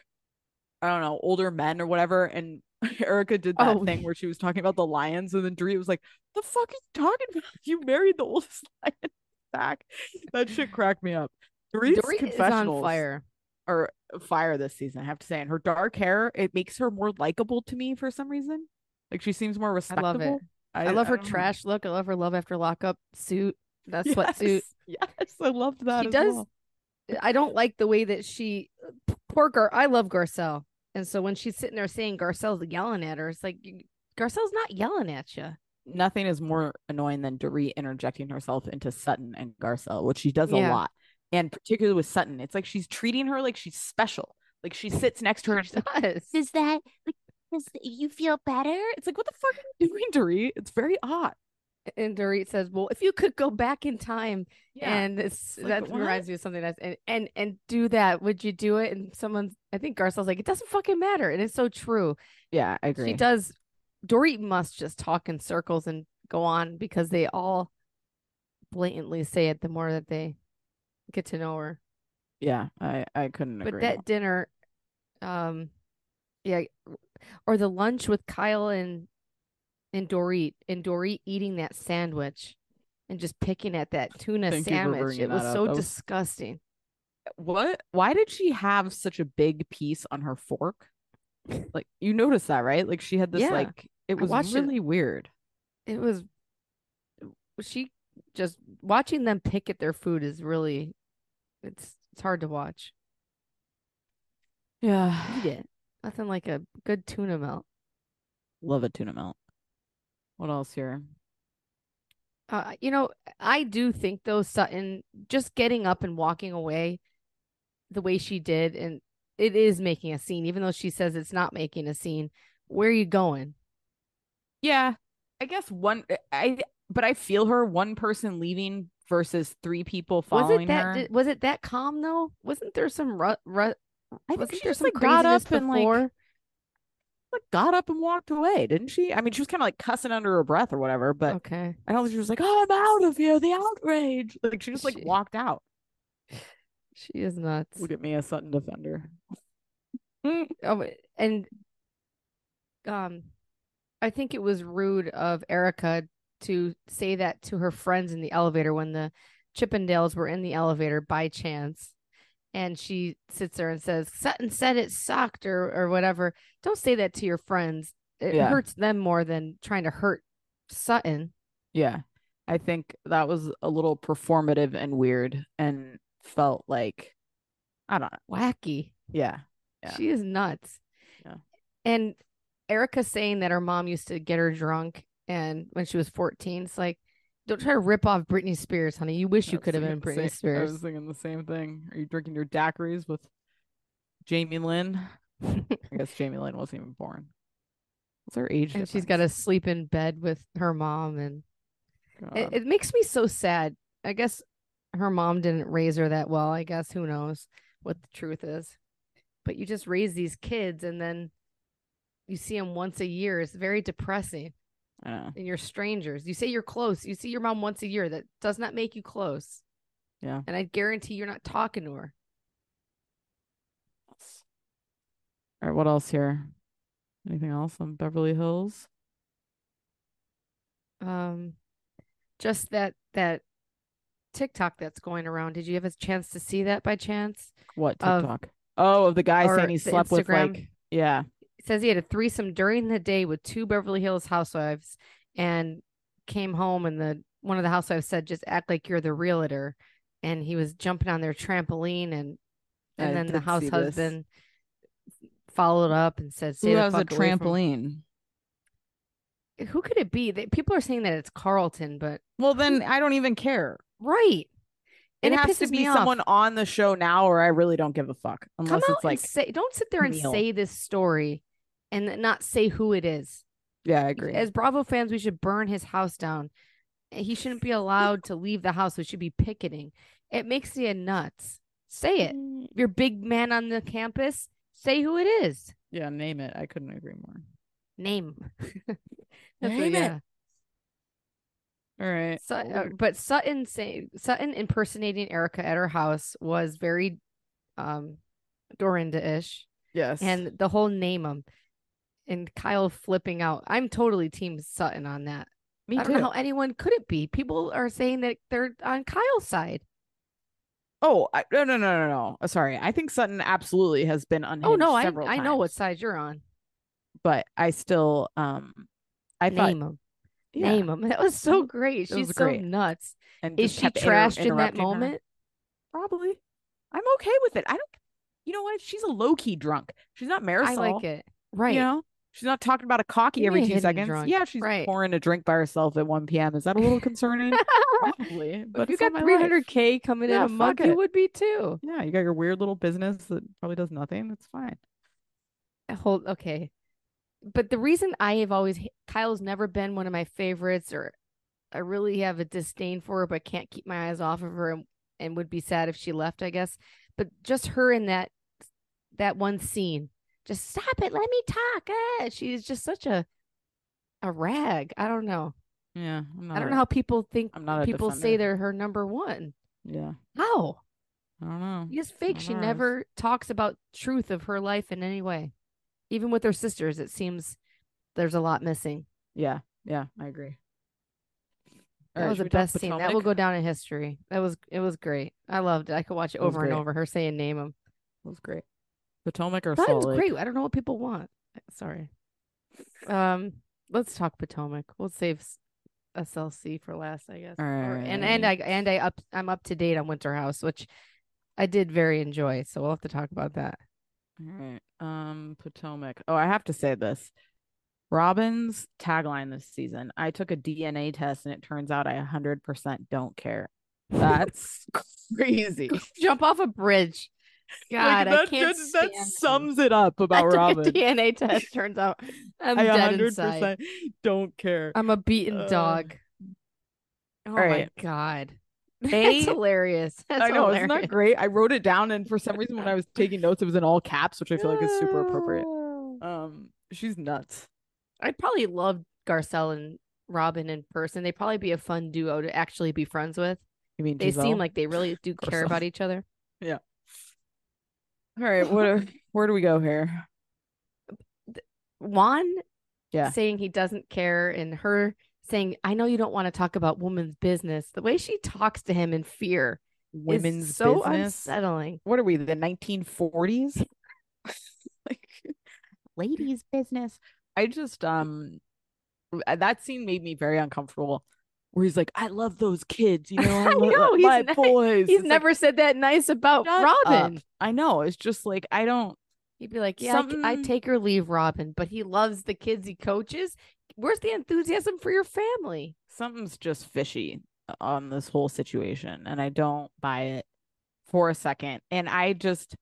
Speaker 1: I don't know, older men or whatever. And Erica did that
Speaker 2: Oh.
Speaker 1: thing where she was talking about the lions, and then Dree was like, The fuck are you talking about? You married the oldest lion back. That shit cracked me up. Doree's
Speaker 2: Dory is on
Speaker 1: confessionals
Speaker 2: fire.
Speaker 1: are fire this season, I have to say. And her dark hair, it makes her more likable to me for some reason. Like she seems more
Speaker 2: I
Speaker 1: respectable.
Speaker 2: love it. I um love her
Speaker 1: don't know.
Speaker 2: trash look. I love her love after lockup suit, that sweatsuit.
Speaker 1: Yes, yes, I loved that.
Speaker 2: She
Speaker 1: as
Speaker 2: does-
Speaker 1: well.
Speaker 2: I don't like the way that she p- poor Gar. I love Garcelle, and so when she's sitting there saying Garcelle's yelling at her, it's like you- Garcelle's not yelling at you.
Speaker 1: Nothing is more annoying than Doree interjecting herself into Sutton and Garcelle, which she does
Speaker 2: Yeah.
Speaker 1: a lot, and particularly with Sutton, it's like she's treating her like she's special. Like she sits next to her. And she's like,
Speaker 3: does that like does you feel better?
Speaker 1: it's like, what the fuck are you doing, Doree? It's very odd.
Speaker 2: And Dorit says, "Well, if you could go back in time, and it's,
Speaker 1: Like,
Speaker 2: that
Speaker 1: what?
Speaker 2: reminds me of something else, and and and do that, would you do it?" And someone, I think Garcelle's like, "It doesn't fucking matter," and it's so true.
Speaker 1: yeah, I agree.
Speaker 2: She does. Dorit must just talk in circles and go on because they all blatantly say it the more that they get to know her.
Speaker 1: Yeah, I I couldn't
Speaker 2: But
Speaker 1: agree.
Speaker 2: that
Speaker 1: more.
Speaker 2: dinner, um, yeah, or the lunch with Kyle and and Dorit and Dorit eating that sandwich and just picking at that tuna
Speaker 1: Thank you for
Speaker 2: sandwich.
Speaker 1: bringing
Speaker 2: It was
Speaker 1: that up.
Speaker 2: so
Speaker 1: That was-
Speaker 2: disgusting.
Speaker 1: what? Why did she have such a big piece on her fork? Like you noticed that, right? Like she had this
Speaker 2: Yeah.
Speaker 1: like it
Speaker 2: I
Speaker 1: was
Speaker 2: watched it.
Speaker 1: really weird.
Speaker 2: It was. She just watching them pick at their food is really, it's it's hard to watch.
Speaker 1: Yeah.
Speaker 2: Eat it. Nothing like a good tuna melt.
Speaker 1: Love a tuna melt. What else here?
Speaker 2: Uh, you know, I do think though Sutton just getting up and walking away the way she did, and it is making a scene, even though she says it's not making a scene. Where are you going?
Speaker 1: Yeah. I guess one eh, I but I feel her one person leaving versus three people
Speaker 2: Was
Speaker 1: following
Speaker 2: it that?
Speaker 1: her.
Speaker 2: di- was it that calm though? Wasn't there some rut? rut
Speaker 1: I think
Speaker 2: wasn't
Speaker 1: she
Speaker 2: there
Speaker 1: just
Speaker 2: some
Speaker 1: like got
Speaker 2: craziness
Speaker 1: up and
Speaker 2: before?
Speaker 1: like, like got up and walked away, didn't she? I mean, she was kind of like cussing under her breath or whatever, but
Speaker 2: okay.
Speaker 1: I don't think she was like, "Oh, I'm out of here." The outrage, like she just like
Speaker 2: She-
Speaker 1: walked out.
Speaker 2: She is nuts.
Speaker 1: Look at me, a Sutton defender.
Speaker 2: Oh, wait, and um, I think it was rude of Erica to say that to her friends in the elevator when the Chippendales were in the elevator by chance. And she sits there and says, Sutton said it sucked or, or whatever. Don't say that to your friends. It
Speaker 1: Yeah.
Speaker 2: hurts them more than trying to hurt Sutton.
Speaker 1: Yeah. I think that was a little performative and weird and felt like I don't know.
Speaker 2: Wacky.
Speaker 1: Yeah. Yeah.
Speaker 2: She is nuts.
Speaker 1: Yeah.
Speaker 2: And Erica saying that her mom used to get her drunk and when she was 14, it's like, don't try to rip off Britney Spears, honey. You wish
Speaker 1: I
Speaker 2: you
Speaker 1: was
Speaker 2: could have been
Speaker 1: thinking the
Speaker 2: Britney
Speaker 1: same- I
Speaker 2: Spears.
Speaker 1: was thinking the same thing. Are you drinking your daiquiris with Jamie Lynn? I guess Jamie Lynn wasn't even born. What's her age?
Speaker 2: and she's got to
Speaker 1: difference?
Speaker 2: sleep in bed with her mom. And it,
Speaker 1: God.
Speaker 2: it makes me so sad. I guess her mom didn't raise her that well. I guess who knows what the truth is. But you just raise these kids and then you see them once a year. It's very depressing.
Speaker 1: I know.
Speaker 2: and you're strangers. You say you're close. You see your mom once a year. That does not make you close.
Speaker 1: Yeah.
Speaker 2: And I guarantee you're not talking to her.
Speaker 1: All right, what else here? Anything else on Beverly Hills?
Speaker 2: Um, just that that TikTok that's going around. Did you have a chance to see that by chance?
Speaker 1: What
Speaker 2: Of-
Speaker 1: TikTok? oh, of the guy
Speaker 2: or
Speaker 1: saying he
Speaker 2: the
Speaker 1: slept with
Speaker 2: Instagram.
Speaker 1: like yeah,
Speaker 2: It says he had a threesome during the day with two Beverly Hills housewives, and came home and the one of the housewives said, "Just act like you're the realtor," and he was jumping on their trampoline and and
Speaker 1: I
Speaker 2: then the
Speaker 1: did
Speaker 2: house
Speaker 1: see this.
Speaker 2: husband followed up and said, "Stay
Speaker 1: who
Speaker 2: the
Speaker 1: has a
Speaker 2: fuck away from-"
Speaker 1: trampoline?
Speaker 2: Who could it be? That people are saying that it's Carlton, but
Speaker 1: Well, then I don't even care.
Speaker 2: right. And
Speaker 1: it,
Speaker 2: it,
Speaker 1: has to
Speaker 2: pisses
Speaker 1: be
Speaker 2: me off.
Speaker 1: someone on the show now, or I really don't give a fuck.
Speaker 2: Come
Speaker 1: Unless
Speaker 2: out
Speaker 1: it's like,
Speaker 2: and say, don't sit there and
Speaker 1: Camille.
Speaker 2: say this story, and th- not say who it is.
Speaker 1: yeah, I agree.
Speaker 2: As Bravo fans, we should burn his house down. He shouldn't be allowed to leave the house. We should be picketing. It makes you nuts. Say it. Your big man on the campus. Say who it is.
Speaker 1: yeah, name it. I couldn't agree more.
Speaker 2: Name. That's what-
Speaker 1: Name Oh. it.
Speaker 2: yeah.
Speaker 1: All right.
Speaker 2: Sut-
Speaker 1: Well,
Speaker 2: uh, but Sutton saying Sutton impersonating Erica at her house was very um Dorinda-ish,
Speaker 1: yes.
Speaker 2: and the whole name him and Kyle flipping out. I'm totally team Sutton on that.
Speaker 1: me
Speaker 2: I don't know how anyone could it be. People are saying that they're on Kyle's side.
Speaker 1: Oh, I, no, no, no, no, no. Uh, Sorry. I think Sutton absolutely has been unhinged
Speaker 2: Oh no, I
Speaker 1: several
Speaker 2: I know what
Speaker 1: times,
Speaker 2: side you're on.
Speaker 1: but I still, um, I thought,
Speaker 2: Name him.
Speaker 1: yeah, Mm-hmm.
Speaker 2: Name him. That was so great.
Speaker 1: That was
Speaker 2: She's so
Speaker 1: great.
Speaker 2: nuts.
Speaker 1: and
Speaker 2: Is
Speaker 1: just
Speaker 2: she
Speaker 1: kept inter-
Speaker 2: trashed in that
Speaker 1: interrupting her.
Speaker 2: moment?
Speaker 1: Probably. I'm okay with it. I don't, you know what? She's a low key drunk. She's not Marisol.
Speaker 2: I like it. Right.
Speaker 1: You know, she's not talking about a cocky
Speaker 2: Give me
Speaker 1: every
Speaker 2: a
Speaker 1: two
Speaker 2: hidden
Speaker 1: seconds.
Speaker 2: drunk.
Speaker 1: Yeah, she's
Speaker 2: Right.
Speaker 1: pouring a drink by herself at 1 p.m. Is that a little concerning? Probably.
Speaker 2: But
Speaker 1: But
Speaker 2: if you
Speaker 1: it's on
Speaker 2: got
Speaker 1: my life.
Speaker 2: 300k coming in
Speaker 1: Yeah,
Speaker 2: a month,
Speaker 1: fuck
Speaker 2: you
Speaker 1: it.
Speaker 2: would be too.
Speaker 1: Yeah, you got your weird little business that probably does nothing. It's fine.
Speaker 2: hold okay but the reason i have always h- kyle's never been one of my favorites or i really have a disdain for her but can't keep my eyes off of her and, and would be sad if she left i guess but just her in that that one scene just stop it let me talk ah, she's just such a a rag i don't know
Speaker 1: Yeah, I'm not
Speaker 2: i don't
Speaker 1: a-
Speaker 2: know how people think
Speaker 1: I'm not a
Speaker 2: people say
Speaker 1: defender.
Speaker 2: they're her number one
Speaker 1: Yeah,
Speaker 2: how
Speaker 1: I don't know.
Speaker 2: you just fake
Speaker 1: I'm
Speaker 2: she
Speaker 1: not.
Speaker 2: never talks about truth of her life in any way even with her sisters it seems there's a lot missing
Speaker 1: Yeah, yeah, I agree.
Speaker 2: That was the best scene. That will go down in history. That was it was great. I loved it. I could watch it
Speaker 1: It was
Speaker 2: over and
Speaker 1: great.
Speaker 2: over. Her saying name him.
Speaker 1: That was great. Potomac or
Speaker 2: That was
Speaker 1: Salt Lake?
Speaker 2: great. I don't know what people want. Sorry. Um, let's talk Potomac. We'll save s- SLC for last, I guess. Or- and and I
Speaker 1: Alright.
Speaker 2: and I up I'm up to date on Winter House, which I did very enjoy. So we'll have to talk about that.
Speaker 1: All right. Um, Potomac. Oh, I have to say this. Robin's tagline this season. I took a DNA test and it turns out I 100% don't care. That's crazy.
Speaker 2: Jump off a bridge. God,
Speaker 1: Like,
Speaker 2: I
Speaker 1: that,
Speaker 2: can't.
Speaker 1: that,
Speaker 2: stand
Speaker 1: that
Speaker 2: them.
Speaker 1: sums it up
Speaker 2: I
Speaker 1: about
Speaker 2: took a
Speaker 1: Robin.
Speaker 2: DNA test. Turns out I'm
Speaker 1: I
Speaker 2: dead inside.
Speaker 1: 100% don't care.
Speaker 2: I'm a beaten
Speaker 1: Uh,
Speaker 2: dog. Oh
Speaker 1: right.
Speaker 2: my god.
Speaker 1: They-
Speaker 2: That's hilarious. That's
Speaker 1: I know,
Speaker 2: hilarious.
Speaker 1: isn't that great? I wrote it down, and for some reason, when I was taking notes, it was in all caps, which I feel like is super appropriate. Um, she's nuts.
Speaker 2: I'd probably love Garcelle and Robin in person. They'd probably be a fun duo to actually be friends with.
Speaker 1: You mean
Speaker 2: They
Speaker 1: Giselle?
Speaker 2: seem like they really do care
Speaker 1: Garcelle.
Speaker 2: about each other.
Speaker 1: All right, what? are- Where do we go here?
Speaker 2: Juan
Speaker 1: Yeah.
Speaker 2: saying he doesn't care and her saying, I know you don't want to talk about woman's business. The way she talks to him in fear
Speaker 1: Women's
Speaker 2: is so
Speaker 1: business.
Speaker 2: unsettling.
Speaker 1: What are we? The 1940s? like,
Speaker 3: ladies' business.
Speaker 1: I just um uh, that scene made me very uncomfortable. Where he's like, I love those kids, you know,
Speaker 2: I
Speaker 1: lo-
Speaker 2: know,
Speaker 1: lo-
Speaker 2: he's
Speaker 1: my
Speaker 2: not-
Speaker 1: boys.
Speaker 2: He's
Speaker 1: It's like,
Speaker 2: never said that nice about
Speaker 1: "Shut up."
Speaker 2: Robin.
Speaker 1: I know. It's just like I don't.
Speaker 2: He'd be like, Yeah, I c- I,
Speaker 1: Something-
Speaker 2: take or leave Robin, but he loves the kids he coaches. Where's the enthusiasm for your family?
Speaker 1: Something's just fishy uh, on this whole situation, and I don't buy it for a second. And I just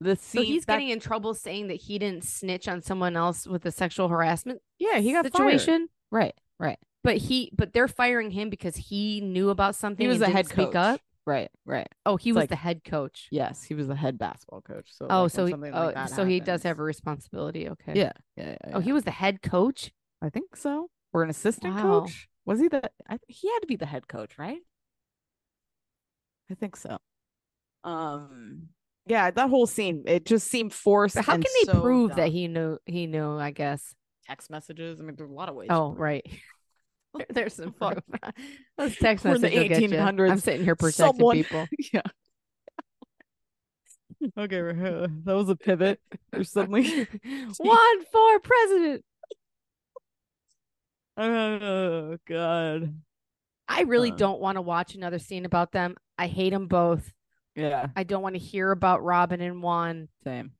Speaker 1: the scene.
Speaker 2: so he's
Speaker 1: that-
Speaker 2: getting in trouble saying that he didn't snitch on someone else with a sexual harassment
Speaker 1: yeah. He got fired.
Speaker 2: situation.
Speaker 1: Right. Right.
Speaker 2: But he but they're firing him because he knew about something.
Speaker 1: He was
Speaker 2: and
Speaker 1: the
Speaker 2: didn't
Speaker 1: head
Speaker 2: speak
Speaker 1: coach.
Speaker 2: up.
Speaker 1: Right. Right.
Speaker 2: Oh, he
Speaker 1: It's
Speaker 2: was
Speaker 1: like-
Speaker 2: the head coach.
Speaker 1: Yes, he was the head basketball coach. So
Speaker 2: oh,
Speaker 1: like,
Speaker 2: so
Speaker 1: when
Speaker 2: he,
Speaker 1: something
Speaker 2: oh,
Speaker 1: like that
Speaker 2: so he does have a
Speaker 1: happens-
Speaker 2: responsibility. Okay.
Speaker 1: Yeah. Yeah. yeah,
Speaker 2: Oh,
Speaker 1: yeah.
Speaker 2: he was the head coach.
Speaker 1: I think so. Or an assistant
Speaker 2: Wow.
Speaker 1: coach? Was he the? I, he had to be the head coach, right? I think so. Um. Yeah, that whole scene it just seemed forced.
Speaker 2: But how
Speaker 1: and
Speaker 2: can they
Speaker 1: so
Speaker 2: prove that
Speaker 1: dumb.
Speaker 2: he knew? He knew. I guess.
Speaker 1: text messages? I mean, there's a lot of ways. to
Speaker 2: Oh,
Speaker 1: prove it.
Speaker 2: right. There- There's some
Speaker 1: Right.
Speaker 2: proof. Those text
Speaker 1: We're in the
Speaker 2: messages. will get ya. I'm
Speaker 1: 1800s.
Speaker 2: sitting here protecting
Speaker 1: Someone-
Speaker 2: people.
Speaker 1: yeah. okay, we're here. that was a pivot. There's suddenly
Speaker 2: one for president.
Speaker 1: oh god.
Speaker 2: I really
Speaker 1: Uh.
Speaker 2: don't want to watch another scene about them. I hate them both.
Speaker 1: Yeah,
Speaker 2: I don't want to hear about Robin and Juan.
Speaker 1: same.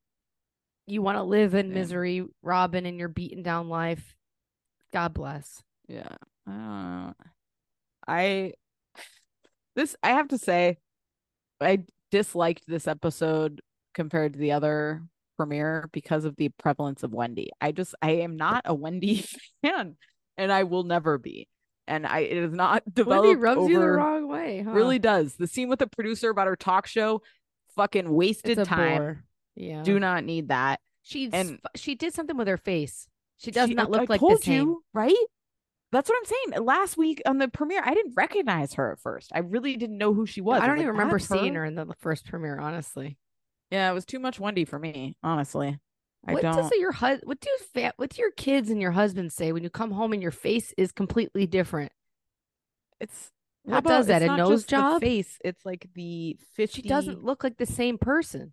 Speaker 2: You want to live in
Speaker 1: Same.
Speaker 2: misery, Robin, and your beaten down life. God bless.
Speaker 1: Yeah. Uh, I this I have to say I disliked this episode compared to the other premiere because of the prevalence of Wendy. I just I am not a Wendy fan and I will never be. And I it is not developed
Speaker 2: Wendy rubs
Speaker 1: over
Speaker 2: you the wrong way. Huh?
Speaker 1: really does. The scene with the producer about her talk show fucking wasted
Speaker 2: It's a
Speaker 1: time.
Speaker 2: bore. Yeah.
Speaker 1: Do not need that.
Speaker 2: She
Speaker 1: and-
Speaker 2: she did something with her face. She does
Speaker 1: She-
Speaker 2: not
Speaker 1: I-
Speaker 2: look
Speaker 1: I
Speaker 2: like
Speaker 1: told
Speaker 2: the same.
Speaker 1: you, right? That's what I'm saying. Last week on the premiere, I didn't recognize her at first. I really didn't know who she
Speaker 2: I
Speaker 1: was. was
Speaker 2: don't
Speaker 1: like,
Speaker 2: even remember
Speaker 1: "That's
Speaker 2: seeing her in the first premiere, honestly.
Speaker 1: Yeah, it was too much Wendy for me, honestly. I
Speaker 2: what
Speaker 1: don't.
Speaker 2: does your hus- what do fa- what do your kids and your husband say when you come home and your face is completely different?
Speaker 1: It's
Speaker 2: how
Speaker 1: about-
Speaker 2: does that,
Speaker 1: it's
Speaker 2: a
Speaker 1: not
Speaker 2: nose
Speaker 1: just the
Speaker 2: job?
Speaker 1: face. It's like the fifty.
Speaker 2: She doesn't look like the same person.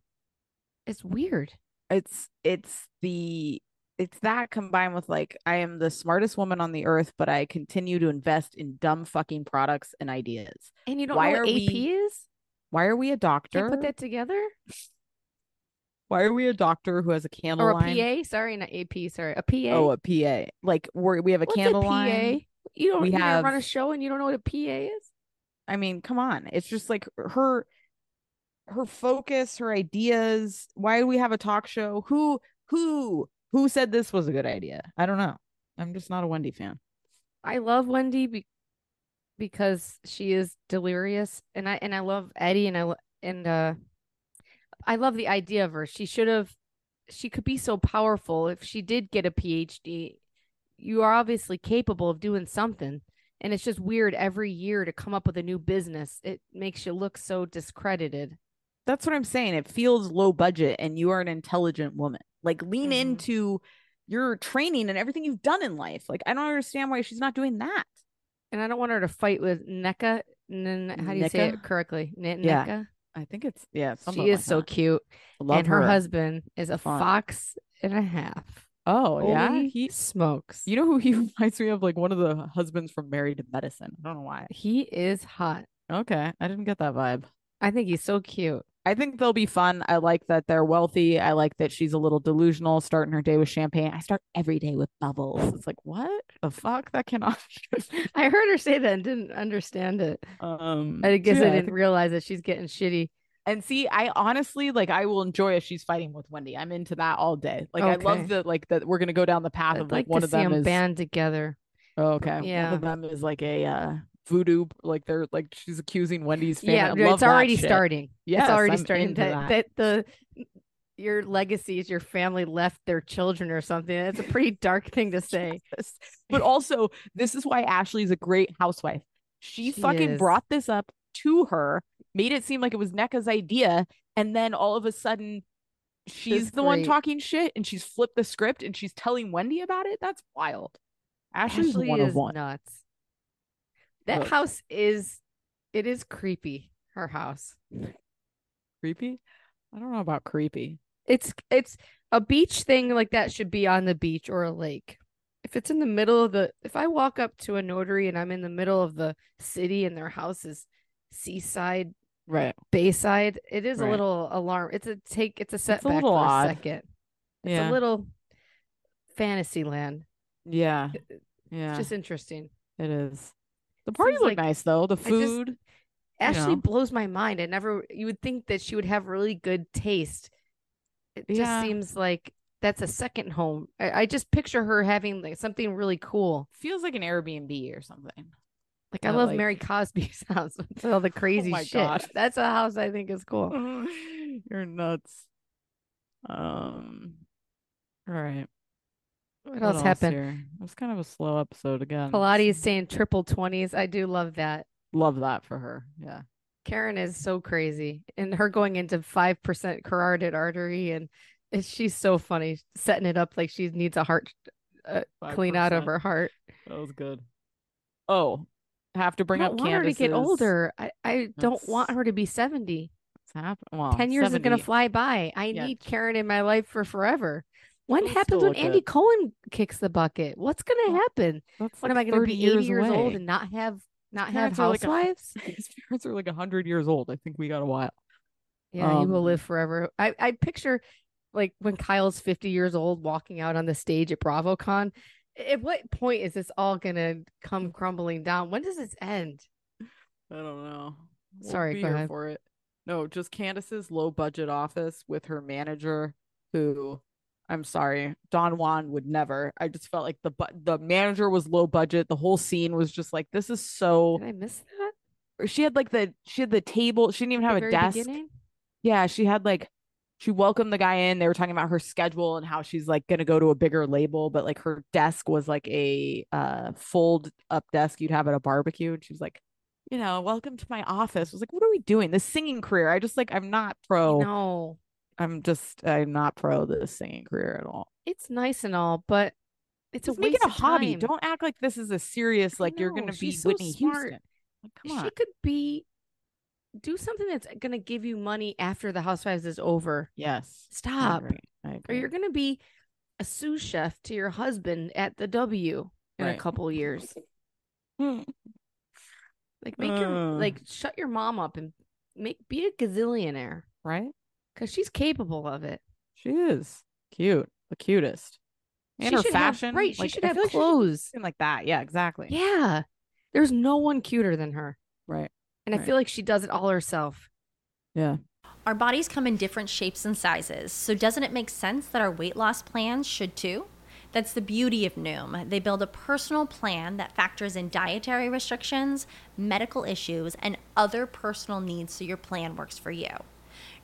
Speaker 2: It's weird.
Speaker 1: It's it's the it's that combined with like I am the smartest woman on the earth, but I continue to invest in dumb fucking products and ideas.
Speaker 2: And you don't
Speaker 1: Why
Speaker 2: know
Speaker 1: are
Speaker 2: what AP
Speaker 1: we-
Speaker 2: is?
Speaker 1: Why are we a doctor?
Speaker 2: Can't put that together?
Speaker 1: Why are we a doctor who has a candle
Speaker 2: Or a
Speaker 1: line?
Speaker 2: PA? Sorry, not AP, sorry. A PA.
Speaker 1: Oh, a PA. Like we're, we have a
Speaker 2: What's
Speaker 1: candle
Speaker 2: PA?
Speaker 1: line.
Speaker 2: You don't
Speaker 1: We
Speaker 2: you never run a
Speaker 1: have-
Speaker 2: show and you don't know what a PA is?
Speaker 1: I mean, come on. It's just like her her focus, her ideas. Why do we have a talk show? Who who who said this was a good idea? I don't know. I'm just not a Wendy fan.
Speaker 2: I love Wendy be- because she is delirious, and I and I love Eddie, and I lo- and uh, I love the idea of her. She should have, she could be so powerful if she did get a PhD. You are obviously capable of doing something, and it's just weird every year to come up with a new business. It makes you look so discredited.
Speaker 1: That's what I'm saying. It feels low budget and you are an intelligent woman. Like lean
Speaker 2: Mhm.
Speaker 1: into your training and everything you've done in life. Like I don't understand why she's not doing that.
Speaker 2: And I don't want her to fight with E NECA. N- E how do you say
Speaker 1: Nneka?
Speaker 2: it correctly? N- E
Speaker 1: Yeah,
Speaker 2: NECA.
Speaker 1: I think it's yeah, something
Speaker 2: She is
Speaker 1: like
Speaker 2: so
Speaker 1: that.
Speaker 2: cute.
Speaker 1: Love
Speaker 2: and her, husband is a
Speaker 1: Fun.
Speaker 2: fox and a half.
Speaker 1: Oh, yeah.
Speaker 2: Holy
Speaker 1: He
Speaker 2: smokes.
Speaker 1: You know who he reminds me of? Like one of the husbands from Married to Medicine. I don't know why.
Speaker 2: he is hot.
Speaker 1: Okay. I didn't get that vibe.
Speaker 2: I think he's so cute.
Speaker 1: I think they'll be fun. I like that they're wealthy. I like that she's a little delusional, starting her day with champagne. I start every day with bubbles. It's like, what the fuck? That cannot be good.
Speaker 2: I heard her say that and didn't understand it.
Speaker 1: Um,
Speaker 2: I guess
Speaker 1: yeah,
Speaker 2: I didn't
Speaker 1: think-
Speaker 2: realize that she's getting shitty.
Speaker 1: And see, I honestly like. I will enjoy if she's fighting with Wendy. I'm into that all day. Like, I
Speaker 2: Okay.
Speaker 1: love that. Like that we're gonna go down the path
Speaker 2: I'd
Speaker 1: of like,
Speaker 2: like
Speaker 1: one
Speaker 2: to
Speaker 1: of
Speaker 2: see
Speaker 1: them
Speaker 2: them
Speaker 1: is
Speaker 2: band together.
Speaker 1: Oh, okay. One
Speaker 2: Yeah.
Speaker 1: of them is like a uh, voodoo, like they're like she's accusing Wendy's family. I
Speaker 2: yeah,
Speaker 1: love
Speaker 2: it's
Speaker 1: that
Speaker 2: already
Speaker 1: shit.
Speaker 2: starting.
Speaker 1: Yes,
Speaker 2: it's already
Speaker 1: I'm
Speaker 2: starting.
Speaker 1: into
Speaker 2: That, that the your legacy is your family left their children or something. That's a pretty dark thing to say.
Speaker 1: Yes. But also, this is why Ashley's a great housewife. She,
Speaker 2: She
Speaker 1: fucking
Speaker 2: is.
Speaker 1: brought this up to her, made it seem like it was NECA's idea, and then all of a sudden, she's the one
Speaker 2: great.
Speaker 1: talking shit, and she's flipped the script, and she's telling Wendy about it. That's wild. Ashley's
Speaker 2: Ashley
Speaker 1: one
Speaker 2: is
Speaker 1: of one.
Speaker 2: nuts. That
Speaker 1: Look.
Speaker 2: house is it is creepy. Her house.
Speaker 1: Creepy? I don't know about creepy.
Speaker 2: It's it's a beach thing like that should be on the beach or a lake. If it's in the middle of the if I walk up to a notary and I'm in the middle of the city and their house is seaside,
Speaker 1: Right.
Speaker 2: bayside, it is a
Speaker 1: Right.
Speaker 2: little alarm. It's a take it's a setback
Speaker 1: little
Speaker 2: for
Speaker 1: odd.
Speaker 2: a second. It's
Speaker 1: Yeah.
Speaker 2: a little fantasy land.
Speaker 1: yeah.
Speaker 2: it- it's
Speaker 1: Yeah.
Speaker 2: It's just interesting.
Speaker 1: it is. The party
Speaker 2: seems
Speaker 1: looked
Speaker 2: like-
Speaker 1: nice though. The
Speaker 2: just-
Speaker 1: food.
Speaker 2: Ashley
Speaker 1: know.
Speaker 2: blows my mind. I never you would think that she would have really good taste. It
Speaker 1: Yeah.
Speaker 2: just seems like that's a second home. I, I just picture her having like something really cool.
Speaker 1: feels like an Airbnb or something.
Speaker 2: Like I
Speaker 1: Yeah,
Speaker 2: love
Speaker 1: like- Oh
Speaker 2: Mary Cosby's house with all the crazy
Speaker 1: my
Speaker 2: shit.
Speaker 1: God. Mm.
Speaker 2: That's a house I think is cool.
Speaker 1: You're nuts. Um. All right.
Speaker 2: What else happened?
Speaker 1: It was kind of a slow episode again.
Speaker 2: Pilates saying triple twenties. I do love that.
Speaker 1: Love that for her. Yeah.
Speaker 2: Karen is so crazy, and her going into five percent carotid artery, and and she's so funny setting it up like she needs a heart clean out of
Speaker 1: 5%.
Speaker 2: her heart.
Speaker 1: That was good. Oh, have to bring
Speaker 2: I
Speaker 1: up
Speaker 2: don't want her to get
Speaker 1: Candace's-
Speaker 2: older. I, I don't want
Speaker 1: That's-
Speaker 2: her to be 70.
Speaker 1: What's hap- well,
Speaker 2: 10 years is going
Speaker 1: 70.
Speaker 2: to fly by. I
Speaker 1: Yeah.
Speaker 2: need Karen in my life for forever. What
Speaker 1: Let's
Speaker 2: happens
Speaker 1: still
Speaker 2: when
Speaker 1: look
Speaker 2: Andy
Speaker 1: at-
Speaker 2: Cohen kicks the bucket? What's going to
Speaker 1: Well,
Speaker 2: happen?
Speaker 1: That's
Speaker 2: What
Speaker 1: like
Speaker 2: am I going to
Speaker 1: 30
Speaker 2: be 80 years old
Speaker 1: away.
Speaker 2: and not have not have
Speaker 1: Parents are like a-
Speaker 2: housewives?
Speaker 1: His parents are like hundred years old. I think we got a while.
Speaker 2: yeah, you will
Speaker 1: Um,
Speaker 2: live forever. I, I picture like when Kyle's 50 years old walking out on the stage at BravoCon. At what point is this all going to come crumbling down? When does this end?
Speaker 1: I don't know. We'll
Speaker 2: Sorry,
Speaker 1: be
Speaker 2: go
Speaker 1: here
Speaker 2: ahead.
Speaker 1: for it. No, just Candace's low budget office with her manager, who I'm sorry, Don Juan would never. I just felt like the bu- the manager was low budget. The whole scene was just like this is so.
Speaker 2: Did I miss that?
Speaker 1: or She had like the she had the table. She didn't even
Speaker 2: at the
Speaker 1: have a
Speaker 2: very
Speaker 1: desk.
Speaker 2: beginning?
Speaker 1: Yeah, she had like she welcomed the guy in. They were talking about her schedule and how she's like going to go to a bigger label, but like her desk was like a uh fold up desk you'd have at a barbecue and she was like, you know, welcome to my office. I was like, what are we doing? This singing career. I just like I'm not pro.
Speaker 2: No.
Speaker 1: I'm just I'm not pro this singing career at all.
Speaker 2: it's nice and all, but it's
Speaker 1: Just
Speaker 2: a
Speaker 1: make it
Speaker 2: waste
Speaker 1: a
Speaker 2: of
Speaker 1: hobby.
Speaker 2: time.
Speaker 1: Don't act like this is a serious
Speaker 2: I
Speaker 1: like you're going
Speaker 2: know,
Speaker 1: to be
Speaker 2: she's so
Speaker 1: Whitney
Speaker 2: smart.
Speaker 1: Houston. Like, come on.
Speaker 2: She could be do something that's gonna give you money after the Housewives is over.
Speaker 1: Yes. I
Speaker 2: Stop,
Speaker 1: agree. I
Speaker 2: or
Speaker 1: agree.
Speaker 2: you're gonna be a sous chef to your husband at the W in
Speaker 1: Right.
Speaker 2: a couple years.
Speaker 1: Hmm.
Speaker 2: Like make your
Speaker 1: Uh.
Speaker 2: like shut your mom up and make be a gazillionaire
Speaker 1: right?
Speaker 2: because she's capable of it.
Speaker 1: She is cute, the cutest. And
Speaker 2: she
Speaker 1: her
Speaker 2: should
Speaker 1: fashion,
Speaker 2: have, right? She
Speaker 1: like,
Speaker 2: should
Speaker 1: I
Speaker 2: have
Speaker 1: feel like she should be
Speaker 2: clothes.
Speaker 1: something like that. Yeah, exactly.
Speaker 2: yeah, there's no one cuter than her,
Speaker 1: Right.
Speaker 2: and I
Speaker 1: Right.
Speaker 2: feel like she does it all herself.
Speaker 1: Yeah.
Speaker 4: Our bodies come in different shapes and sizes, so doesn't it make sense that our weight loss plans should too? That's the beauty of Noom. They build a personal plan that factors in dietary restrictions, medical issues, and other personal needs so your plan works for you.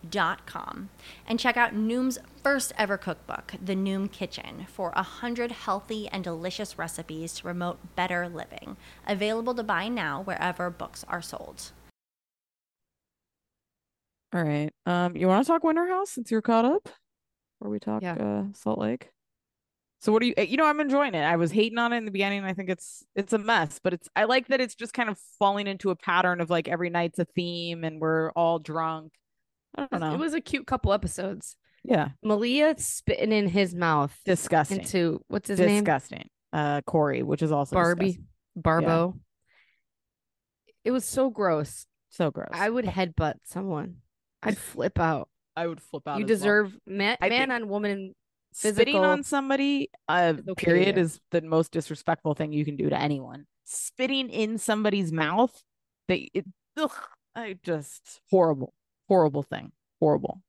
Speaker 4: noom.com and check out Noom's first ever cookbook, The Noom Kitchen, for 100 healthy and delicious recipes to promote better living. Available to buy now wherever books are sold.
Speaker 1: All right. Um, you want to talk Winter House since you're caught up, or we talk
Speaker 2: Yeah.
Speaker 1: uh, Salt Lake? So what do you? uh, You know, I'm enjoying it. I was hating on it in the beginning. I think it's it's a mess, but it's I like that it's just kind of falling into a pattern of like every night's a theme and we're all drunk. I don't know.
Speaker 2: It was a cute couple episodes.
Speaker 1: yeah,
Speaker 2: Malia spitting in his mouth
Speaker 1: disgusting.
Speaker 2: into what's his name?
Speaker 1: disgusting. Uh, Corey, which is also
Speaker 2: Barbie
Speaker 1: disgusting.
Speaker 2: Barbo. It was so gross.
Speaker 1: So gross.
Speaker 2: I would headbutt someone. I'd flip out.
Speaker 1: I would flip out.
Speaker 2: you
Speaker 1: as well.
Speaker 2: deserve man,
Speaker 1: I
Speaker 2: man
Speaker 1: think-
Speaker 2: on woman.
Speaker 1: spitting on
Speaker 2: physical-
Speaker 1: somebody. Uh,
Speaker 2: It's okay,
Speaker 1: period
Speaker 2: yeah.
Speaker 1: is the most disrespectful thing you can do to anyone. Spitting in somebody's mouth. They, it, ugh, I just horrible, horrible thing, horrible.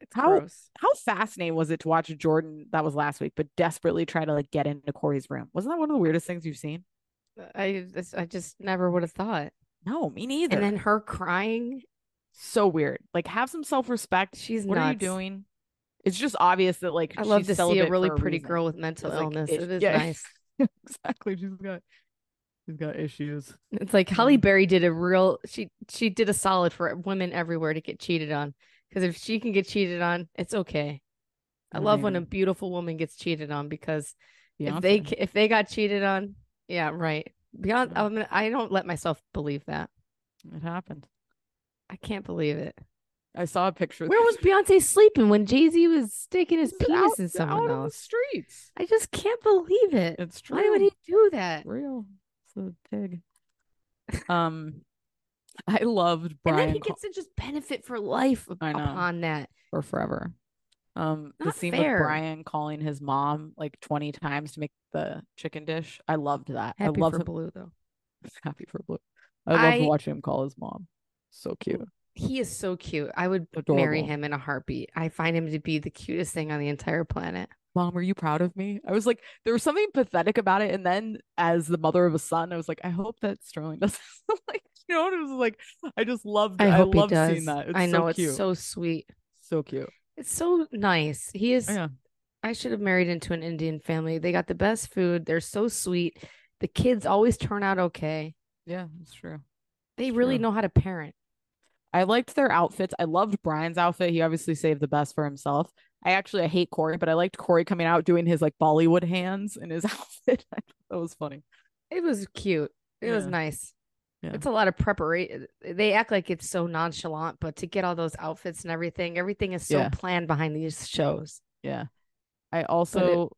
Speaker 2: It's
Speaker 1: How-
Speaker 2: gross.
Speaker 1: How fascinating was it to watch Jordan that was last week, but desperately try to like get into Corey's room? Wasn't that one of the weirdest things you've seen?
Speaker 2: I this- I just never would have thought.
Speaker 1: No, me neither.
Speaker 2: And then her crying.
Speaker 1: so weird. Like have some self respect.
Speaker 2: She's
Speaker 1: what are you
Speaker 2: nuts.
Speaker 1: doing? It's just obvious that like
Speaker 2: I love
Speaker 1: she's
Speaker 2: to see
Speaker 1: celibate
Speaker 2: a really
Speaker 1: for
Speaker 2: pretty
Speaker 1: reason.
Speaker 2: girl with mental
Speaker 1: It's like
Speaker 2: illness.
Speaker 1: ish-
Speaker 2: it is
Speaker 1: yeah.
Speaker 2: nice.
Speaker 1: exactly. She's got she's got issues.
Speaker 2: It's like Holly Berry did a real she she did a solid for women everywhere to get cheated on because if she can get cheated on, it's okay. I love when a
Speaker 1: Right.
Speaker 2: beautiful woman gets cheated on because if they
Speaker 1: Beyonce.
Speaker 2: ca- if they got cheated on, yeah, right. Beyond,
Speaker 1: Yeah.
Speaker 2: I'm gonna, I don't let myself believe that.
Speaker 1: it happened.
Speaker 2: I can't believe it.
Speaker 1: I saw a picture.
Speaker 2: Where was Beyonce sleeping when Jay Z was sticking his
Speaker 1: It's
Speaker 2: penis
Speaker 1: out-
Speaker 2: in someone
Speaker 1: out on the
Speaker 2: else?
Speaker 1: streets.
Speaker 2: I just can't believe it.
Speaker 1: It's true.
Speaker 2: Why would he do that?
Speaker 1: real? It's a pig. um, I loved
Speaker 2: And
Speaker 1: Brian
Speaker 2: then he
Speaker 1: Col-
Speaker 2: gets to just benefit for life
Speaker 1: I know.
Speaker 2: upon that.
Speaker 1: or forever. Um, the
Speaker 2: Not
Speaker 1: scene
Speaker 2: fair.
Speaker 1: with Brian calling his mom like twenty times to make the chicken dish. I loved that.
Speaker 2: Happy
Speaker 1: I love
Speaker 2: for
Speaker 1: him.
Speaker 2: Blue though.
Speaker 1: Happy for blue. I love
Speaker 2: I-
Speaker 1: watching him call his mom. So cute.
Speaker 2: He is so cute. I would marry
Speaker 1: Adorable.
Speaker 2: him in a heartbeat. I find him to be the cutest thing on the entire planet.
Speaker 1: Mom, are you proud of me? I was like, there was something pathetic about it. And then as the mother of a son, I was like, I hope that Sterling doesn't like, you know, it was like, I just loved,
Speaker 2: I
Speaker 1: I,
Speaker 2: hope
Speaker 1: loved
Speaker 2: he does.
Speaker 1: seeing that. It's
Speaker 2: I know
Speaker 1: so
Speaker 2: it's
Speaker 1: cute.
Speaker 2: so sweet.
Speaker 1: so cute.
Speaker 2: It's so nice. He is.
Speaker 1: Yeah.
Speaker 2: I should have married into an Indian family. They got the best food. They're so sweet. The kids always turn out okay.
Speaker 1: Yeah, it's true.
Speaker 2: They really
Speaker 1: True.
Speaker 2: know how to parent.
Speaker 1: I liked their outfits. I loved Brian's outfit. He obviously saved the best for himself. I actually I hate Corey, but I liked Corey coming out doing his like Bollywood hands in his outfit. I thought that was funny.
Speaker 2: It was cute. It was
Speaker 1: Yeah.
Speaker 2: nice.
Speaker 1: Yeah.
Speaker 2: It's a lot of preparation. They act like it's so nonchalant, but to get all those outfits and everything, everything is so
Speaker 1: Yeah.
Speaker 2: planned behind these shows.
Speaker 1: Yeah. I also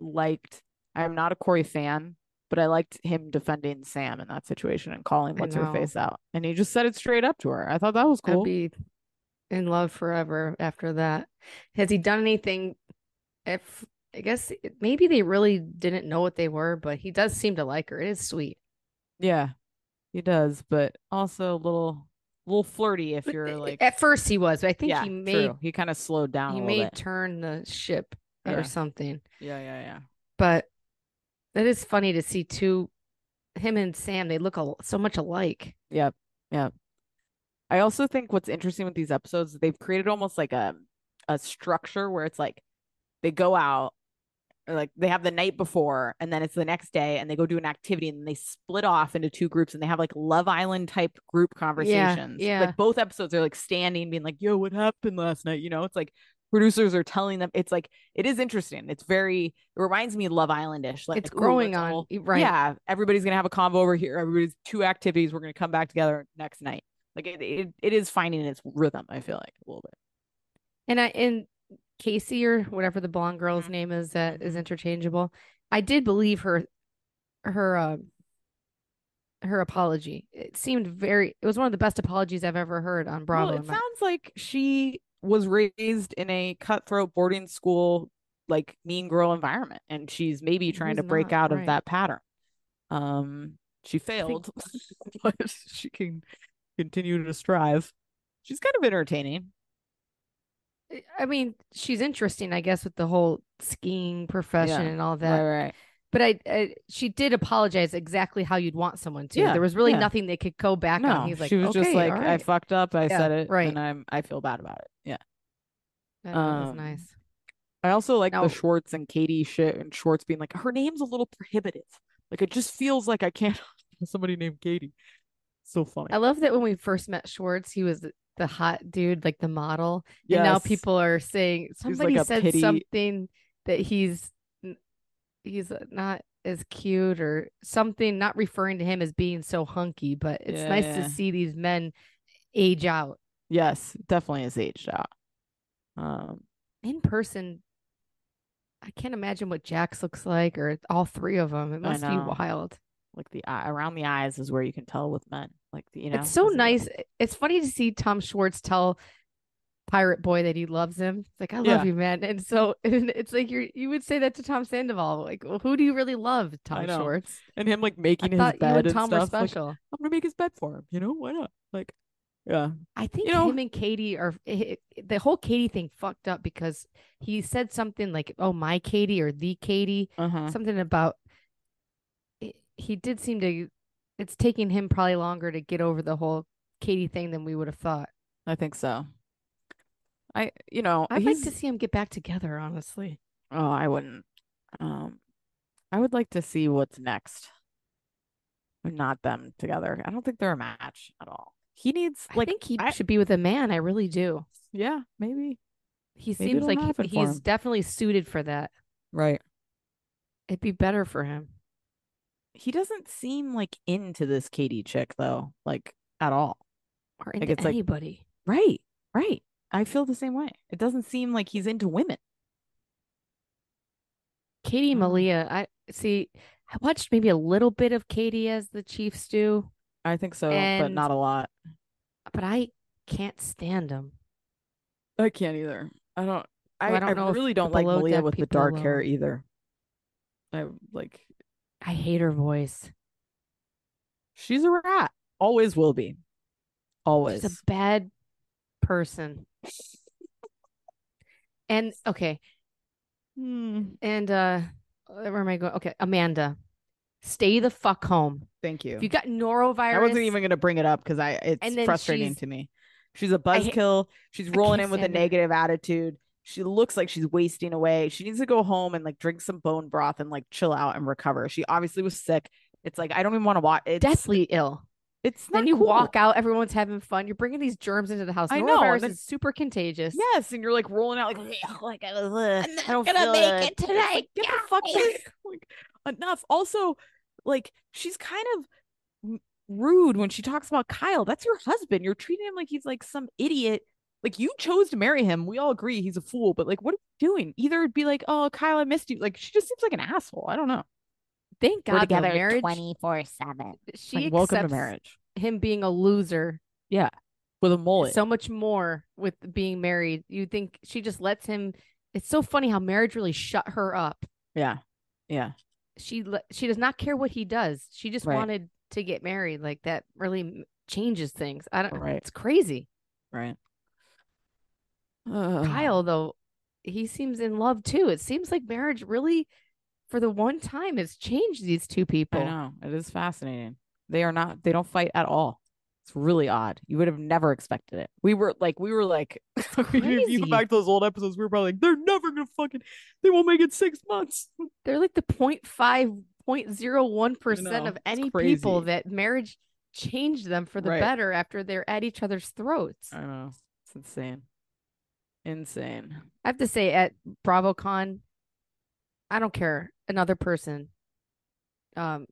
Speaker 1: liked I'm not a Corey fan, but I liked him defending Sam in that situation and calling
Speaker 2: I
Speaker 1: what's her
Speaker 2: know.
Speaker 1: face out. And he just said it straight up to her. I thought that was
Speaker 2: I'd
Speaker 1: cool.
Speaker 2: be in love forever after that. Has he done anything? If I guess it- maybe they really didn't know what they were, but he does seem to like her. It is sweet.
Speaker 1: yeah. He does, but also a little little flirty if
Speaker 2: But
Speaker 1: you're
Speaker 2: a-
Speaker 1: like
Speaker 2: at first he was, but I think
Speaker 1: yeah,
Speaker 2: he may
Speaker 1: true. he kind of slowed down
Speaker 2: he
Speaker 1: a
Speaker 2: may
Speaker 1: little bit.
Speaker 2: turn the ship
Speaker 1: Yeah.
Speaker 2: or something.
Speaker 1: yeah, yeah, yeah.
Speaker 2: But that is funny to see two him and Sam. They look al- so much alike.
Speaker 1: Yep. Yep. I also think what's interesting with these episodes, they've created almost like a a structure where it's like they go out or like they have the night before and then it's the next day and they go do an activity and then they split off into two groups and they have like Love Island type group conversations.
Speaker 2: yeah.
Speaker 1: Like both episodes are like standing being like, "Yo, what happened last night?" You know, it's like producers are telling them it's like it is interesting. It's very it reminds me of Love Island-ish. Like
Speaker 2: it's
Speaker 1: ooh,
Speaker 2: growing
Speaker 1: let's
Speaker 2: on
Speaker 1: all-
Speaker 2: y- right.
Speaker 1: yeah, everybody's gonna have a convo over here. Everybody's two activities. We're gonna come back together next night. Like it, it, it is finding its rhythm. I feel like a little bit.
Speaker 2: And I and Casey or whatever the blonde
Speaker 1: Mm-hmm.
Speaker 2: girl's name is that is interchangeable. I did believe her her uh, her apology. It seemed very it was one of the best apologies I've ever heard on Bravo.
Speaker 1: Well, it
Speaker 2: in my-
Speaker 1: sounds like she was raised in a cutthroat boarding school, like mean girl environment, and she's maybe trying to
Speaker 2: Who's
Speaker 1: break
Speaker 2: not?
Speaker 1: out
Speaker 2: Right.
Speaker 1: of that pattern. Um, she failed, but she can continue to strive. She's kind of entertaining.
Speaker 2: I mean, she's interesting, I guess, with the whole skiing profession
Speaker 1: Yeah.
Speaker 2: and all that.
Speaker 1: right.
Speaker 2: But I, I, she did apologize exactly how you'd want someone to.
Speaker 1: Yeah,
Speaker 2: There was really
Speaker 1: yeah.
Speaker 2: nothing they could go back on. He's like,
Speaker 1: she was
Speaker 2: okay,
Speaker 1: just like,
Speaker 2: all
Speaker 1: I
Speaker 2: right.
Speaker 1: fucked up. I
Speaker 2: Yeah,
Speaker 1: said it,
Speaker 2: right.
Speaker 1: and I'm I feel bad about it. Yeah.
Speaker 2: That was
Speaker 1: um,
Speaker 2: nice.
Speaker 1: I also like
Speaker 2: No.
Speaker 1: the Schwartz and Katie shit, and Schwartz being like, her name's a little prohibitive. Like it just feels like I can't have somebody named Katie. So funny.
Speaker 2: I love that when we first met Schwartz, he was the- the hot dude, like the model. And now
Speaker 1: Yes.
Speaker 2: people are saying
Speaker 1: like
Speaker 2: somebody
Speaker 1: a
Speaker 2: said
Speaker 1: pity-
Speaker 2: something that he's n- he's uh, not as cute or something, not referring to him as being so hunky, but it's nice
Speaker 1: Yeah.
Speaker 2: to see these men age out.
Speaker 1: Yes, definitely is aged out. Um,
Speaker 2: in person i can't imagine what jax looks like or all three of them it must be
Speaker 1: know.
Speaker 2: wild
Speaker 1: like the eye around the eyes is where you can tell with men. Like the, you know,
Speaker 2: it's so
Speaker 1: as a-
Speaker 2: nice it's funny to see tom schwartz tell pirate boy that he loves him it's like i love
Speaker 1: Yeah.
Speaker 2: you man and so and it's like you're you would say that to tom sandoval like well, who do you really love tom
Speaker 1: know.
Speaker 2: schwartz
Speaker 1: And him like
Speaker 2: i
Speaker 1: making his
Speaker 2: thought you
Speaker 1: bed
Speaker 2: and
Speaker 1: and
Speaker 2: tom were
Speaker 1: stuff. like,
Speaker 2: special
Speaker 1: I'm gonna make his bed for him. You know why not? Like Yeah.
Speaker 2: I think
Speaker 1: know-
Speaker 2: him and Katie are i- i- the whole Katie thing fucked up because he said something like, "Oh, my Katie" or "the Katie,"
Speaker 1: Uh huh.
Speaker 2: something about. i- He did seem to. It's taking him probably longer to get over the whole Katie thing than we would have thought.
Speaker 1: I think so. I, you know,
Speaker 2: I'd like to
Speaker 1: he's-
Speaker 2: see him get back together, honestly.
Speaker 1: Oh, I wouldn't. Um, I would like to see what's next. But Not them together. I don't think they're a match at all. He needs
Speaker 2: I
Speaker 1: like
Speaker 2: think he
Speaker 1: I-
Speaker 2: should be with a man. I really do.
Speaker 1: yeah, maybe.
Speaker 2: He
Speaker 1: Maybe
Speaker 2: seems
Speaker 1: it'll
Speaker 2: like he-
Speaker 1: happen for
Speaker 2: he's
Speaker 1: him.
Speaker 2: definitely suited for that.
Speaker 1: Right.
Speaker 2: It'd be better for him.
Speaker 1: He doesn't seem like into this Katie chick though, like at all.
Speaker 2: or
Speaker 1: Like,
Speaker 2: into
Speaker 1: it's like-
Speaker 2: anybody.
Speaker 1: Right. Right. I feel the same way. It doesn't seem like he's into women.
Speaker 2: Katie and
Speaker 1: Mm.
Speaker 2: Malia, I see. I watched maybe a little bit of Katie as the Chiefs do,
Speaker 1: I think so, but
Speaker 2: And-
Speaker 1: not a lot.
Speaker 2: but I can't stand them.
Speaker 1: I can't either. I don't. I,
Speaker 2: I
Speaker 1: I,
Speaker 2: don't know if
Speaker 1: really
Speaker 2: the
Speaker 1: don't like
Speaker 2: below
Speaker 1: Malia
Speaker 2: deck
Speaker 1: with the
Speaker 2: people
Speaker 1: dark
Speaker 2: alone.
Speaker 1: hair either. I like.
Speaker 2: I hate her voice.
Speaker 1: She's a rat. Always will be. Always.
Speaker 2: She's a bad person. and okay,
Speaker 1: Hmm.
Speaker 2: and uh, where am I going? Okay, Amanda, stay the fuck home.
Speaker 1: Thank you.
Speaker 2: If you got norovirus,
Speaker 1: I wasn't even going to bring it up because I
Speaker 2: And
Speaker 1: it's
Speaker 2: then
Speaker 1: frustrating
Speaker 2: she's-
Speaker 1: to me. She's a
Speaker 2: I ha-
Speaker 1: buzzkill. She's rolling
Speaker 2: can't
Speaker 1: in with a
Speaker 2: stand it.
Speaker 1: negative attitude. She looks like she's wasting away. She needs to go home and like drink some bone broth and like chill out and recover. She obviously was sick. It's like I don't even want to watch. It's
Speaker 2: deathly ill.
Speaker 1: It's not
Speaker 2: Then you
Speaker 1: cool.
Speaker 2: walk out, everyone's having fun. You're bringing these germs into the house.
Speaker 1: I
Speaker 2: norovirus
Speaker 1: know, and then-
Speaker 2: is super contagious.
Speaker 1: Yes, and you're like rolling out like, "Ugh, like I was, ugh,
Speaker 5: I'm not
Speaker 1: I don't
Speaker 5: gonna
Speaker 1: feel
Speaker 5: make it
Speaker 1: It's
Speaker 5: tonight,
Speaker 1: like, get the fuck back. like, enough. Also, like she's kind of m- rude when she talks about Kyle. That's your husband. You're treating him like he's like some idiot. Like you chose to marry him. We all agree he's a fool. But like, what are you doing? Either it'd be like, oh, Kyle, I missed you. Like she just seems like an asshole. I don't know.
Speaker 2: Thank God though, marriage.
Speaker 3: four seven.
Speaker 2: She
Speaker 1: Like, welcome to
Speaker 2: accepts
Speaker 1: marriage
Speaker 2: him being a loser
Speaker 1: with a mullet.
Speaker 2: so much more with being married. You think she just lets him? It's so funny how marriage really shut her up.
Speaker 1: yeah, yeah.
Speaker 2: She le- she does not care what he does. She just
Speaker 1: Right.
Speaker 2: wanted to get married. Like that really m- changes things. I don't.
Speaker 1: Right.
Speaker 2: It's crazy.
Speaker 1: Right. Ugh.
Speaker 2: Kyle though, he seems in love too. It seems like marriage really, for the one time, has changed these two people.
Speaker 1: I know. It is fascinating. They are not, they don't fight at all. It's really odd. You would have never expected it. We were like, we were like, I mean, if you go
Speaker 2: crazy.
Speaker 1: back to those old episodes, we were probably like, they're never going to fucking, they won't make it six months.
Speaker 2: They're like the 0.5, 0.01%
Speaker 1: know,
Speaker 2: of
Speaker 1: it's
Speaker 2: any people
Speaker 1: crazy.
Speaker 2: that marriage changed them for the
Speaker 1: Right.
Speaker 2: better after they're at each other's throats.
Speaker 1: I know. It's insane. Insane.
Speaker 2: I have to say, at BravoCon, I don't care. Another person. Um,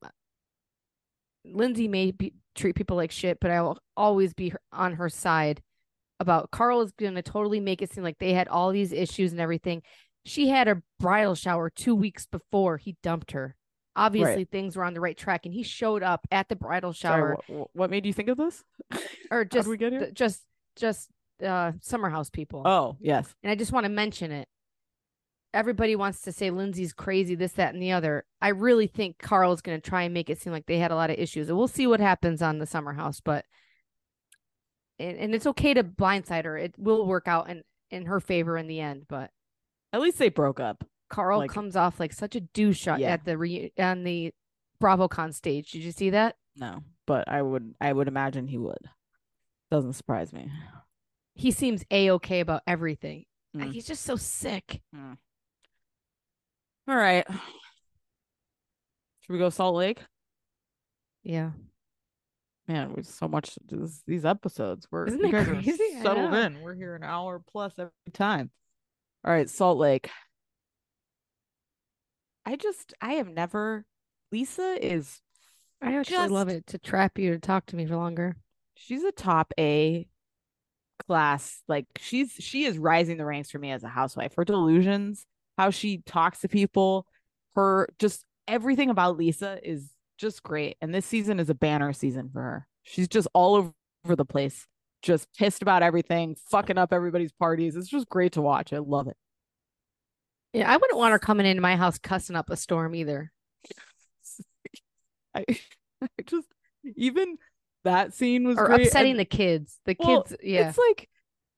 Speaker 2: Lindsay may be, treat people like shit, but I will always be her- on her side about Carl is going to totally make it seem like they had all these issues and everything. She had a bridal shower two weeks before he dumped her. Obviously, things were on the right track, and he showed up at the bridal
Speaker 1: Sorry.
Speaker 2: shower
Speaker 1: wh- wh- what made you think of this?
Speaker 2: or just
Speaker 1: we get here?
Speaker 2: the- just just uh, summer house people
Speaker 1: Oh, yes.
Speaker 2: and I just want to mention it. Everybody wants to say Lindsay's crazy, this, that, and the other. I really think Carl is going to try and make it seem like they had a lot of issues, and we'll see what happens on the summer house. But and, and it's okay to blindside her; it will work out in in her favor in the end. But
Speaker 1: At least they broke up.
Speaker 2: Carl
Speaker 1: Like-
Speaker 2: comes off like such a douche on-
Speaker 1: Yeah.
Speaker 2: at the re- on the BravoCon stage. Did you see that?
Speaker 1: No, but I would, I would imagine he would. Doesn't surprise me.
Speaker 2: He seems a okay about everything.
Speaker 1: Mm.
Speaker 2: He's just so sick.
Speaker 1: All right. Should we go Salt Lake?
Speaker 2: Yeah.
Speaker 1: Man, we so much this, these episodes. We're
Speaker 2: Isn't
Speaker 1: you
Speaker 2: it
Speaker 1: guys are
Speaker 2: crazy? I
Speaker 1: settled
Speaker 2: know.
Speaker 1: in. We're here an hour plus every time. All right, Salt Lake. I just I have never Lisa is
Speaker 2: I actually love
Speaker 1: Just-
Speaker 2: it to trap you to talk to me for longer.
Speaker 1: she's a top A class. Like she's she is rising the ranks for me as a housewife. Her delusions, how she talks to people, her just everything about Lisa is just great. And this season is a banner season for her. She's just all over over the place, just pissed about everything, fucking up everybody's parties. It's just great to watch. I love it.
Speaker 2: Yeah, I wouldn't want her coming into my house cussing up a storm either.
Speaker 1: I, I just even that scene was
Speaker 2: or
Speaker 1: great.
Speaker 2: upsetting
Speaker 1: and-
Speaker 2: the kids. The
Speaker 1: Well,
Speaker 2: kids, yeah.
Speaker 1: It's like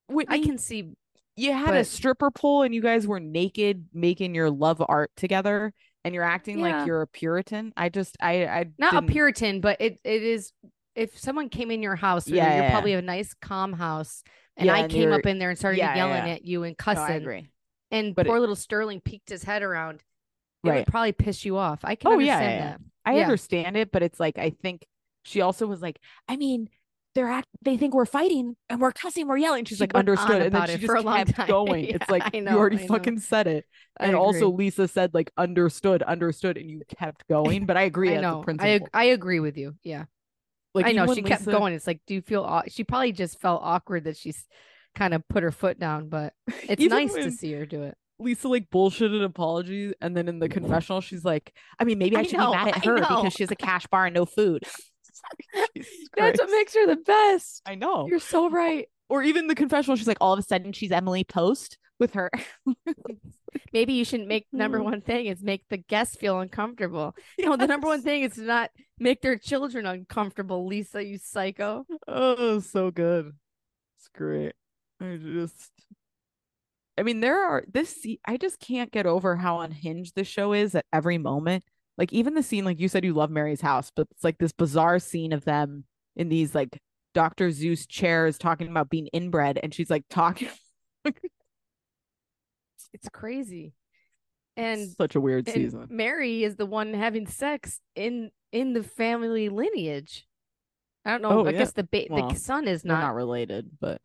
Speaker 1: Whitney,
Speaker 2: I can see
Speaker 1: you had a
Speaker 2: but-
Speaker 1: stripper pole and you guys were naked making your love art together and you're acting
Speaker 2: Yeah.
Speaker 1: like you're a Puritan. I just I I
Speaker 2: not a
Speaker 1: didn't-
Speaker 2: Puritan, but it it is. If someone came in your house, or
Speaker 1: Yeah,
Speaker 2: you're
Speaker 1: yeah,
Speaker 2: probably a nice calm house, and
Speaker 1: Yeah,
Speaker 2: I
Speaker 1: and
Speaker 2: came
Speaker 1: you're-
Speaker 2: up in there and started
Speaker 1: yeah, yeah,
Speaker 2: yelling
Speaker 1: yeah.
Speaker 2: at you and
Speaker 1: No, I
Speaker 2: cussing,
Speaker 1: agree.
Speaker 2: and
Speaker 1: But it-
Speaker 2: poor little Sterling peeked his head around, it
Speaker 1: Right.
Speaker 2: would probably piss you off. I can
Speaker 1: Oh, yeah,
Speaker 2: understand
Speaker 1: yeah, yeah.
Speaker 2: that.
Speaker 1: I
Speaker 2: Yeah.
Speaker 1: understand it, but it's like I think she also was like,
Speaker 3: I mean, they're act they think we're fighting and we're cussing, we're yelling.
Speaker 1: she's
Speaker 3: She's like,
Speaker 2: She
Speaker 1: like
Speaker 2: went on
Speaker 1: understood, and then
Speaker 2: about
Speaker 1: she
Speaker 2: it
Speaker 1: just
Speaker 2: for a long
Speaker 1: kept
Speaker 2: time.
Speaker 1: going.
Speaker 2: Yeah,
Speaker 1: It's like
Speaker 2: I
Speaker 1: you
Speaker 2: know,
Speaker 1: already
Speaker 2: I know.
Speaker 1: fucking said it,
Speaker 2: I
Speaker 1: and also
Speaker 2: agree.
Speaker 1: Lisa said like understood, understood, and you kept going. But I agree
Speaker 2: I
Speaker 1: as a
Speaker 2: know. I
Speaker 1: principle.
Speaker 2: ag- I agree with you. Yeah,
Speaker 1: like
Speaker 2: I know.
Speaker 1: you
Speaker 2: She
Speaker 1: and
Speaker 2: kept
Speaker 1: Lisa-
Speaker 2: going. It's like, do you feel? aw- She probably just felt awkward that she's kind of put her foot down, but it's
Speaker 1: Even
Speaker 2: nice to
Speaker 1: when
Speaker 2: see her do it.
Speaker 1: Lisa like bullshitted apologies, and then in the confessional, she's like,
Speaker 3: I mean, maybe I,
Speaker 2: Mm-hmm. I
Speaker 3: should
Speaker 2: know,
Speaker 3: be mad
Speaker 2: I
Speaker 3: at her
Speaker 2: know.
Speaker 3: because she has a cash bar and no food.
Speaker 1: Jesus
Speaker 2: That's what
Speaker 1: Christ.
Speaker 2: makes her the best.
Speaker 1: I know.
Speaker 2: You're so right.
Speaker 3: Or even the confessional, she's like, all of a sudden she's Emily Post with her.
Speaker 2: Maybe you shouldn't make number
Speaker 1: Hmm.
Speaker 3: Mm.
Speaker 2: one thing is make the guests feel uncomfortable. No, the number one thing is to not make their children uncomfortable, Lisa, you psycho.
Speaker 1: Oh, so good. It's great. I just I mean, there are this se- I just can't get over how unhinged this show is at every moment. Like even the scene like you said you love Mary's house, but it's like this bizarre scene of them in these like Dr. Zeus chairs talking about being inbred and she's like talking
Speaker 2: It's crazy. And,
Speaker 1: such a weird
Speaker 2: and
Speaker 1: season.
Speaker 2: Mary is the one having sex in in the family lineage. I don't know.
Speaker 1: Oh,
Speaker 2: I
Speaker 1: yeah.
Speaker 2: guess the ba-
Speaker 1: Well,
Speaker 2: the son is
Speaker 1: They're
Speaker 2: not.
Speaker 1: not related, but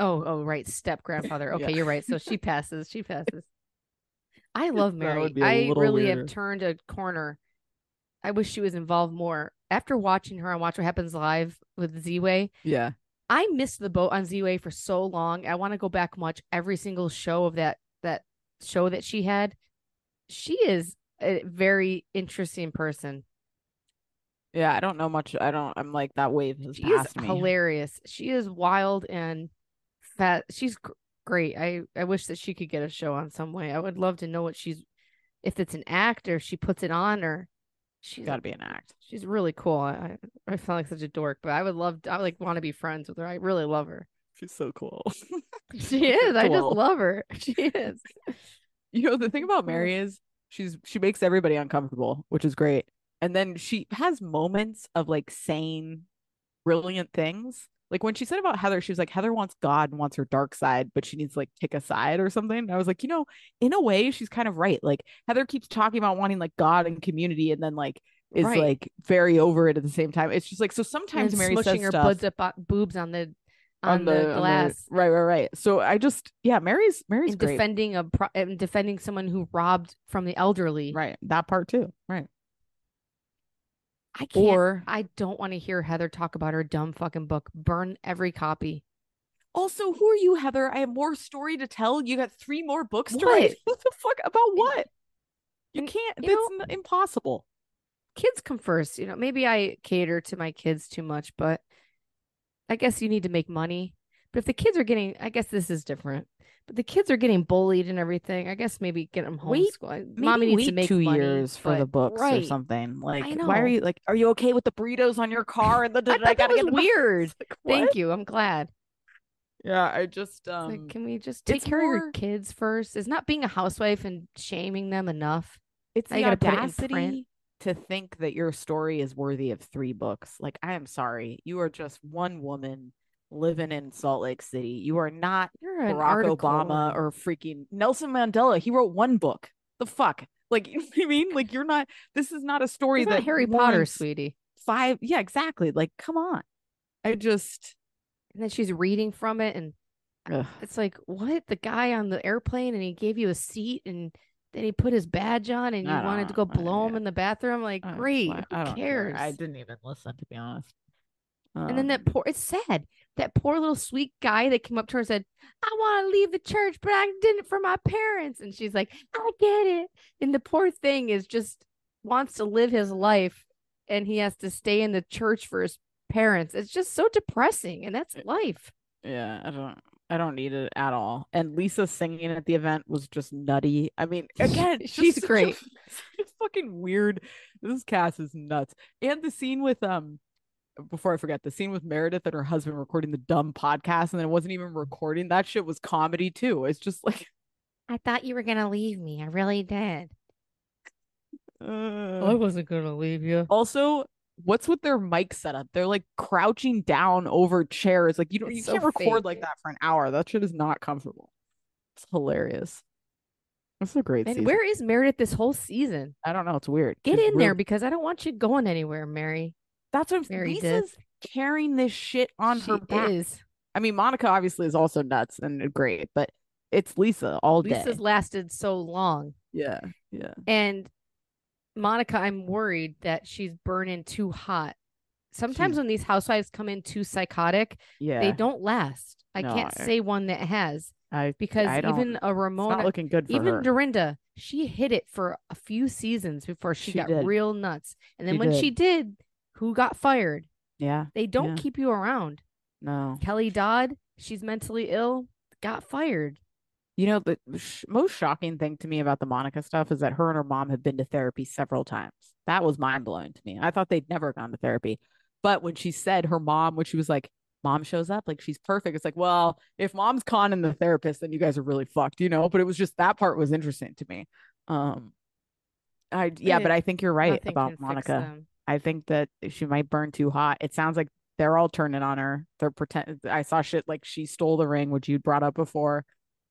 Speaker 2: Oh, oh, right. Step grandfather.
Speaker 1: Yeah.
Speaker 2: Okay, you're right. So she passes. She passes. I love
Speaker 1: would
Speaker 2: Mary.
Speaker 1: be a
Speaker 2: I
Speaker 1: little
Speaker 2: really
Speaker 1: weirder.
Speaker 2: have turned a corner. I wish she was involved more. After watching her on Watch What Happens Live with Z Way,
Speaker 1: yeah.
Speaker 2: I missed the boat on Z Way for so long. I want to go back and watch every single show of that that show that she had. She is a very interesting person.
Speaker 1: Yeah, I don't know much. I don't I'm like that wave has
Speaker 2: She is
Speaker 1: passed me.
Speaker 2: hilarious. She is wild and fat. She's gr- great. I I wish that she could get a show on some way. I would love to know what she's if it's an act or if she puts it on or she's
Speaker 1: Got to be an act.
Speaker 2: she's really cool. I I I sound like such a dork, but I would love I like want to be friends with her. I really love her.
Speaker 1: She's so cool.
Speaker 2: She is. I just
Speaker 1: Cool.
Speaker 2: love her. She is.
Speaker 1: you know the thing about
Speaker 2: cool.
Speaker 1: mary is she's she makes everybody uncomfortable which is great and then she has moments of like saying brilliant things like when she said about heather she was like heather wants god and wants her dark side but she needs to like pick a side or something and i was like you know in a way she's kind of right like heather keeps talking about wanting like god and community and then like is
Speaker 2: Right.
Speaker 1: like very over it at the same time it's just like so sometimes
Speaker 2: and
Speaker 1: mary
Speaker 2: smushing
Speaker 1: says
Speaker 2: her
Speaker 1: stuff
Speaker 2: buds up on, boobs on the on, the,
Speaker 1: on
Speaker 2: glass.
Speaker 1: right right right so i just yeah mary's mary's
Speaker 2: and
Speaker 1: great
Speaker 2: defending a pro- and defending someone who robbed from the elderly.
Speaker 1: right that part too right
Speaker 2: I can't
Speaker 1: or
Speaker 2: I don't want to hear Heather talk about her dumb fucking book. Burn every copy.
Speaker 3: Also, who are you, Heather? I have more story to tell. You got three more books to
Speaker 2: What?
Speaker 3: write.
Speaker 1: what the fuck about what? You
Speaker 2: and,
Speaker 1: can't.
Speaker 2: you know-
Speaker 1: That's n- impossible.
Speaker 2: Kids come first. You know, maybe I cater to my kids too much, but I guess you need to make money. But if the kids are getting, I guess this is different. But the kids are getting bullied and everything. I guess maybe get them
Speaker 3: Wait,
Speaker 2: homeschooled.
Speaker 3: maybe
Speaker 2: Mommy needs to
Speaker 3: wait
Speaker 2: make
Speaker 1: Two
Speaker 2: money,
Speaker 1: years for the
Speaker 2: but-
Speaker 1: books or
Speaker 2: right.
Speaker 1: something. Like, why
Speaker 2: know.
Speaker 1: are you like?
Speaker 3: Are you okay with the burritos on your car? And the,
Speaker 2: I thought that
Speaker 3: gotta
Speaker 2: was
Speaker 3: get the-
Speaker 2: weird.
Speaker 3: Like,
Speaker 2: Thank you. I'm glad.
Speaker 1: Yeah, I just
Speaker 2: It's
Speaker 1: um.
Speaker 2: like, can we just take
Speaker 3: it's
Speaker 2: care of your
Speaker 3: more-
Speaker 2: kids first? It's not being a housewife and shaming them enough.
Speaker 1: it's
Speaker 2: now
Speaker 1: the
Speaker 2: you gotta put it in print.
Speaker 1: audacity to think that your story is worthy of three books. Like, I am sorry, you are just one woman living in Salt Lake City. You are not
Speaker 2: You're an
Speaker 1: Barack
Speaker 2: article.
Speaker 1: Obama or freaking Nelson Mandela. He wrote one book. The fuck. Like you know what I mean? Like you're not this is not a story
Speaker 2: It's
Speaker 1: that
Speaker 2: not Harry Potter,
Speaker 1: warrants
Speaker 2: sweetie.
Speaker 1: Five yeah, exactly. Like, come on. I just
Speaker 2: and then she's reading from it and
Speaker 1: ugh.
Speaker 2: it's like what the guy on the airplane and he gave you a seat and then he put his badge on and you
Speaker 1: I don't
Speaker 2: wanted to go
Speaker 1: know. I-
Speaker 2: blow him in the bathroom like
Speaker 1: I don't-
Speaker 2: great
Speaker 1: I-
Speaker 2: who
Speaker 1: I don't care.
Speaker 2: cares
Speaker 1: I didn't even listen to be honest.
Speaker 2: and then that
Speaker 1: Um,
Speaker 2: poor it's sad that poor little sweet guy that came up to her and said i want to leave the church but i didn't for my parents and she's like i get it and the poor thing is just wants to live his life and he has to stay in the church for his parents it's just so depressing and that's life
Speaker 1: Yeah, I don't I don't need it at all. And Lisa singing at the event was just nutty. I mean, again, it's just
Speaker 2: She's
Speaker 1: such a-
Speaker 2: great.
Speaker 1: such a fucking weird. This cast is nuts. And the scene with um before I forget the scene with Meredith and her husband recording the dumb podcast, and then it wasn't even recording. That shit was comedy too. It's just like,
Speaker 2: I thought you were gonna leave me. I really did.
Speaker 1: uh,
Speaker 2: I wasn't gonna leave
Speaker 1: Oh,
Speaker 2: you.
Speaker 1: Also, what's with their mic setup? They're like crouching down over chairs. Like you don't, you
Speaker 2: It's so
Speaker 1: can't record like
Speaker 2: fake.
Speaker 1: that for an hour. That shit is not comfortable. It's hilarious. It's a great
Speaker 2: And
Speaker 1: season.
Speaker 2: where is Meredith this whole season?
Speaker 1: I don't know. It's weird.
Speaker 2: Get
Speaker 1: It's
Speaker 2: in there
Speaker 1: really-
Speaker 2: because I don't want you going anywhere, Mary.
Speaker 3: That's what I'm
Speaker 2: Mary
Speaker 3: Lisa's
Speaker 2: did.
Speaker 3: carrying this shit on her
Speaker 2: She
Speaker 3: back.
Speaker 2: is.
Speaker 1: I mean, Monica obviously is also nuts and great, but it's Lisa all day.
Speaker 2: Lisa's lasted so long,
Speaker 1: yeah, yeah.
Speaker 2: and Monica, I'm worried that she's burning too hot. Sometimes
Speaker 1: She's-
Speaker 2: when these housewives come in too psychotic,
Speaker 1: Yeah.
Speaker 2: they don't last. I
Speaker 1: No,
Speaker 2: can't
Speaker 1: I-
Speaker 2: say one that has
Speaker 1: I,
Speaker 2: because
Speaker 1: I don't-
Speaker 2: even a
Speaker 1: it's not
Speaker 2: Ramona,
Speaker 1: looking good for
Speaker 2: even
Speaker 1: her.
Speaker 2: Dorinda, she hit it for a few seasons before she,
Speaker 1: She
Speaker 2: got
Speaker 1: did.
Speaker 2: real nuts. And then
Speaker 1: She
Speaker 2: when
Speaker 1: did.
Speaker 2: she did, who got fired?
Speaker 1: yeah.
Speaker 2: They don't
Speaker 1: Yeah.
Speaker 2: keep you around.
Speaker 1: No.
Speaker 2: Kelly Dodd, she's mentally ill, got fired.
Speaker 1: You know, the sh- most shocking thing to me about the Monica stuff is that her and her mom have been to therapy several times. That was mind blowing to me. I thought they'd never gone to therapy. But when she said her mom, when she was like, mom shows up, like she's perfect, it's like, well, if mom's conning the therapist, then you guys are really fucked, you know? But it was just that part was interesting to me. Um, I, yeah, but
Speaker 2: Eh,
Speaker 1: I think you're right
Speaker 2: Nothing can
Speaker 1: about
Speaker 2: fix
Speaker 1: Monica.
Speaker 2: them.
Speaker 1: I think that she might burn too hot. It sounds like they're all turning on her. They're pretend. I saw shit like she stole the ring, which you brought up before.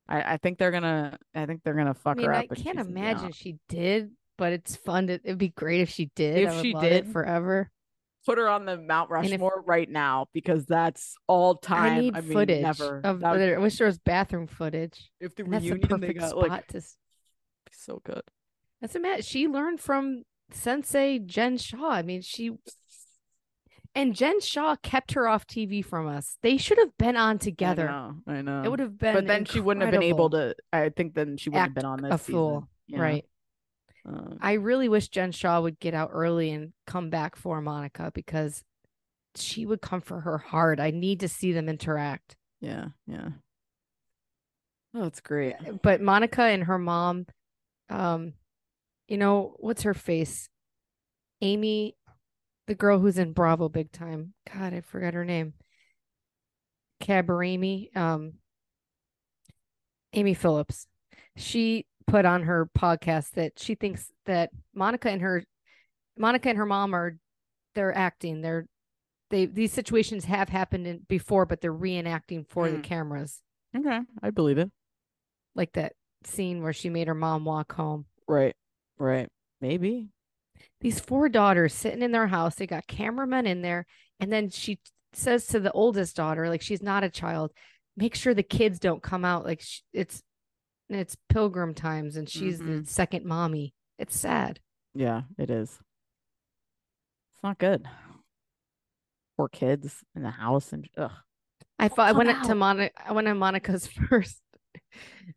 Speaker 1: I, I think they're gonna. I think they're gonna
Speaker 2: I
Speaker 1: fuck
Speaker 2: mean,
Speaker 1: her up.
Speaker 2: I
Speaker 1: and
Speaker 2: can't
Speaker 1: she's gonna be out.
Speaker 2: imagine she did, but it's fun. To, it'd be great if she did.
Speaker 1: If
Speaker 2: I would
Speaker 1: she
Speaker 2: love it
Speaker 1: did,
Speaker 2: forever.
Speaker 1: Put her on the Mount
Speaker 2: And if-
Speaker 1: Rushmore right now because that's all time.
Speaker 2: I need
Speaker 1: mean,
Speaker 2: footage
Speaker 1: never.
Speaker 2: of.
Speaker 1: that would-
Speaker 2: I wish there was bathroom footage.
Speaker 1: if the
Speaker 2: And that's the
Speaker 1: reunion they
Speaker 2: perfect
Speaker 1: got
Speaker 2: spot
Speaker 1: like
Speaker 2: to. s-
Speaker 1: so good.
Speaker 2: That's a mat. She learned from Sensei Jen Shaw. I mean, she and Jen Shaw kept her off TV from us. They should have been on
Speaker 1: I
Speaker 2: together.
Speaker 1: know. I know.
Speaker 2: It would have been.
Speaker 1: But then she wouldn't have been able
Speaker 2: incredible.
Speaker 1: to. I think then she wouldn't have
Speaker 2: act
Speaker 1: been on this.
Speaker 2: a
Speaker 1: season,
Speaker 2: fool,
Speaker 1: you know?
Speaker 2: right?
Speaker 1: Um,
Speaker 2: I really wish Jen Shaw would get out early and come back for Monica because she would come for her hard. I need to see them interact.
Speaker 1: yeah. Yeah. Oh, it's great.
Speaker 2: But Monica and her mom, um, you know what's her face? Amy, the girl who's in Bravo big time. God, I forgot her name. Cabaremi, um, Amy Phillips. She put on her podcast that she thinks that Monica and her Monica and her mom are they're acting. They're they these situations have happened in, before, but they're reenacting for the
Speaker 1: Mm.
Speaker 2: cameras,
Speaker 1: Okay, I believe it.
Speaker 2: like that scene where she made her mom walk home.
Speaker 1: Right, right. Maybe.
Speaker 2: these four daughters sitting in their house. They got cameramen in there. And then she says to the oldest daughter, like she's not a child, make sure the kids don't come out. Like sh- it's it's pilgrim times and she's
Speaker 3: Mm-hmm.
Speaker 2: the second mommy. It's sad.
Speaker 1: Yeah, it is. It's not good. Poor kids in the house and ugh.
Speaker 2: I thought I
Speaker 3: come
Speaker 2: went up to
Speaker 3: out.
Speaker 2: Monica. I went on Monica's first.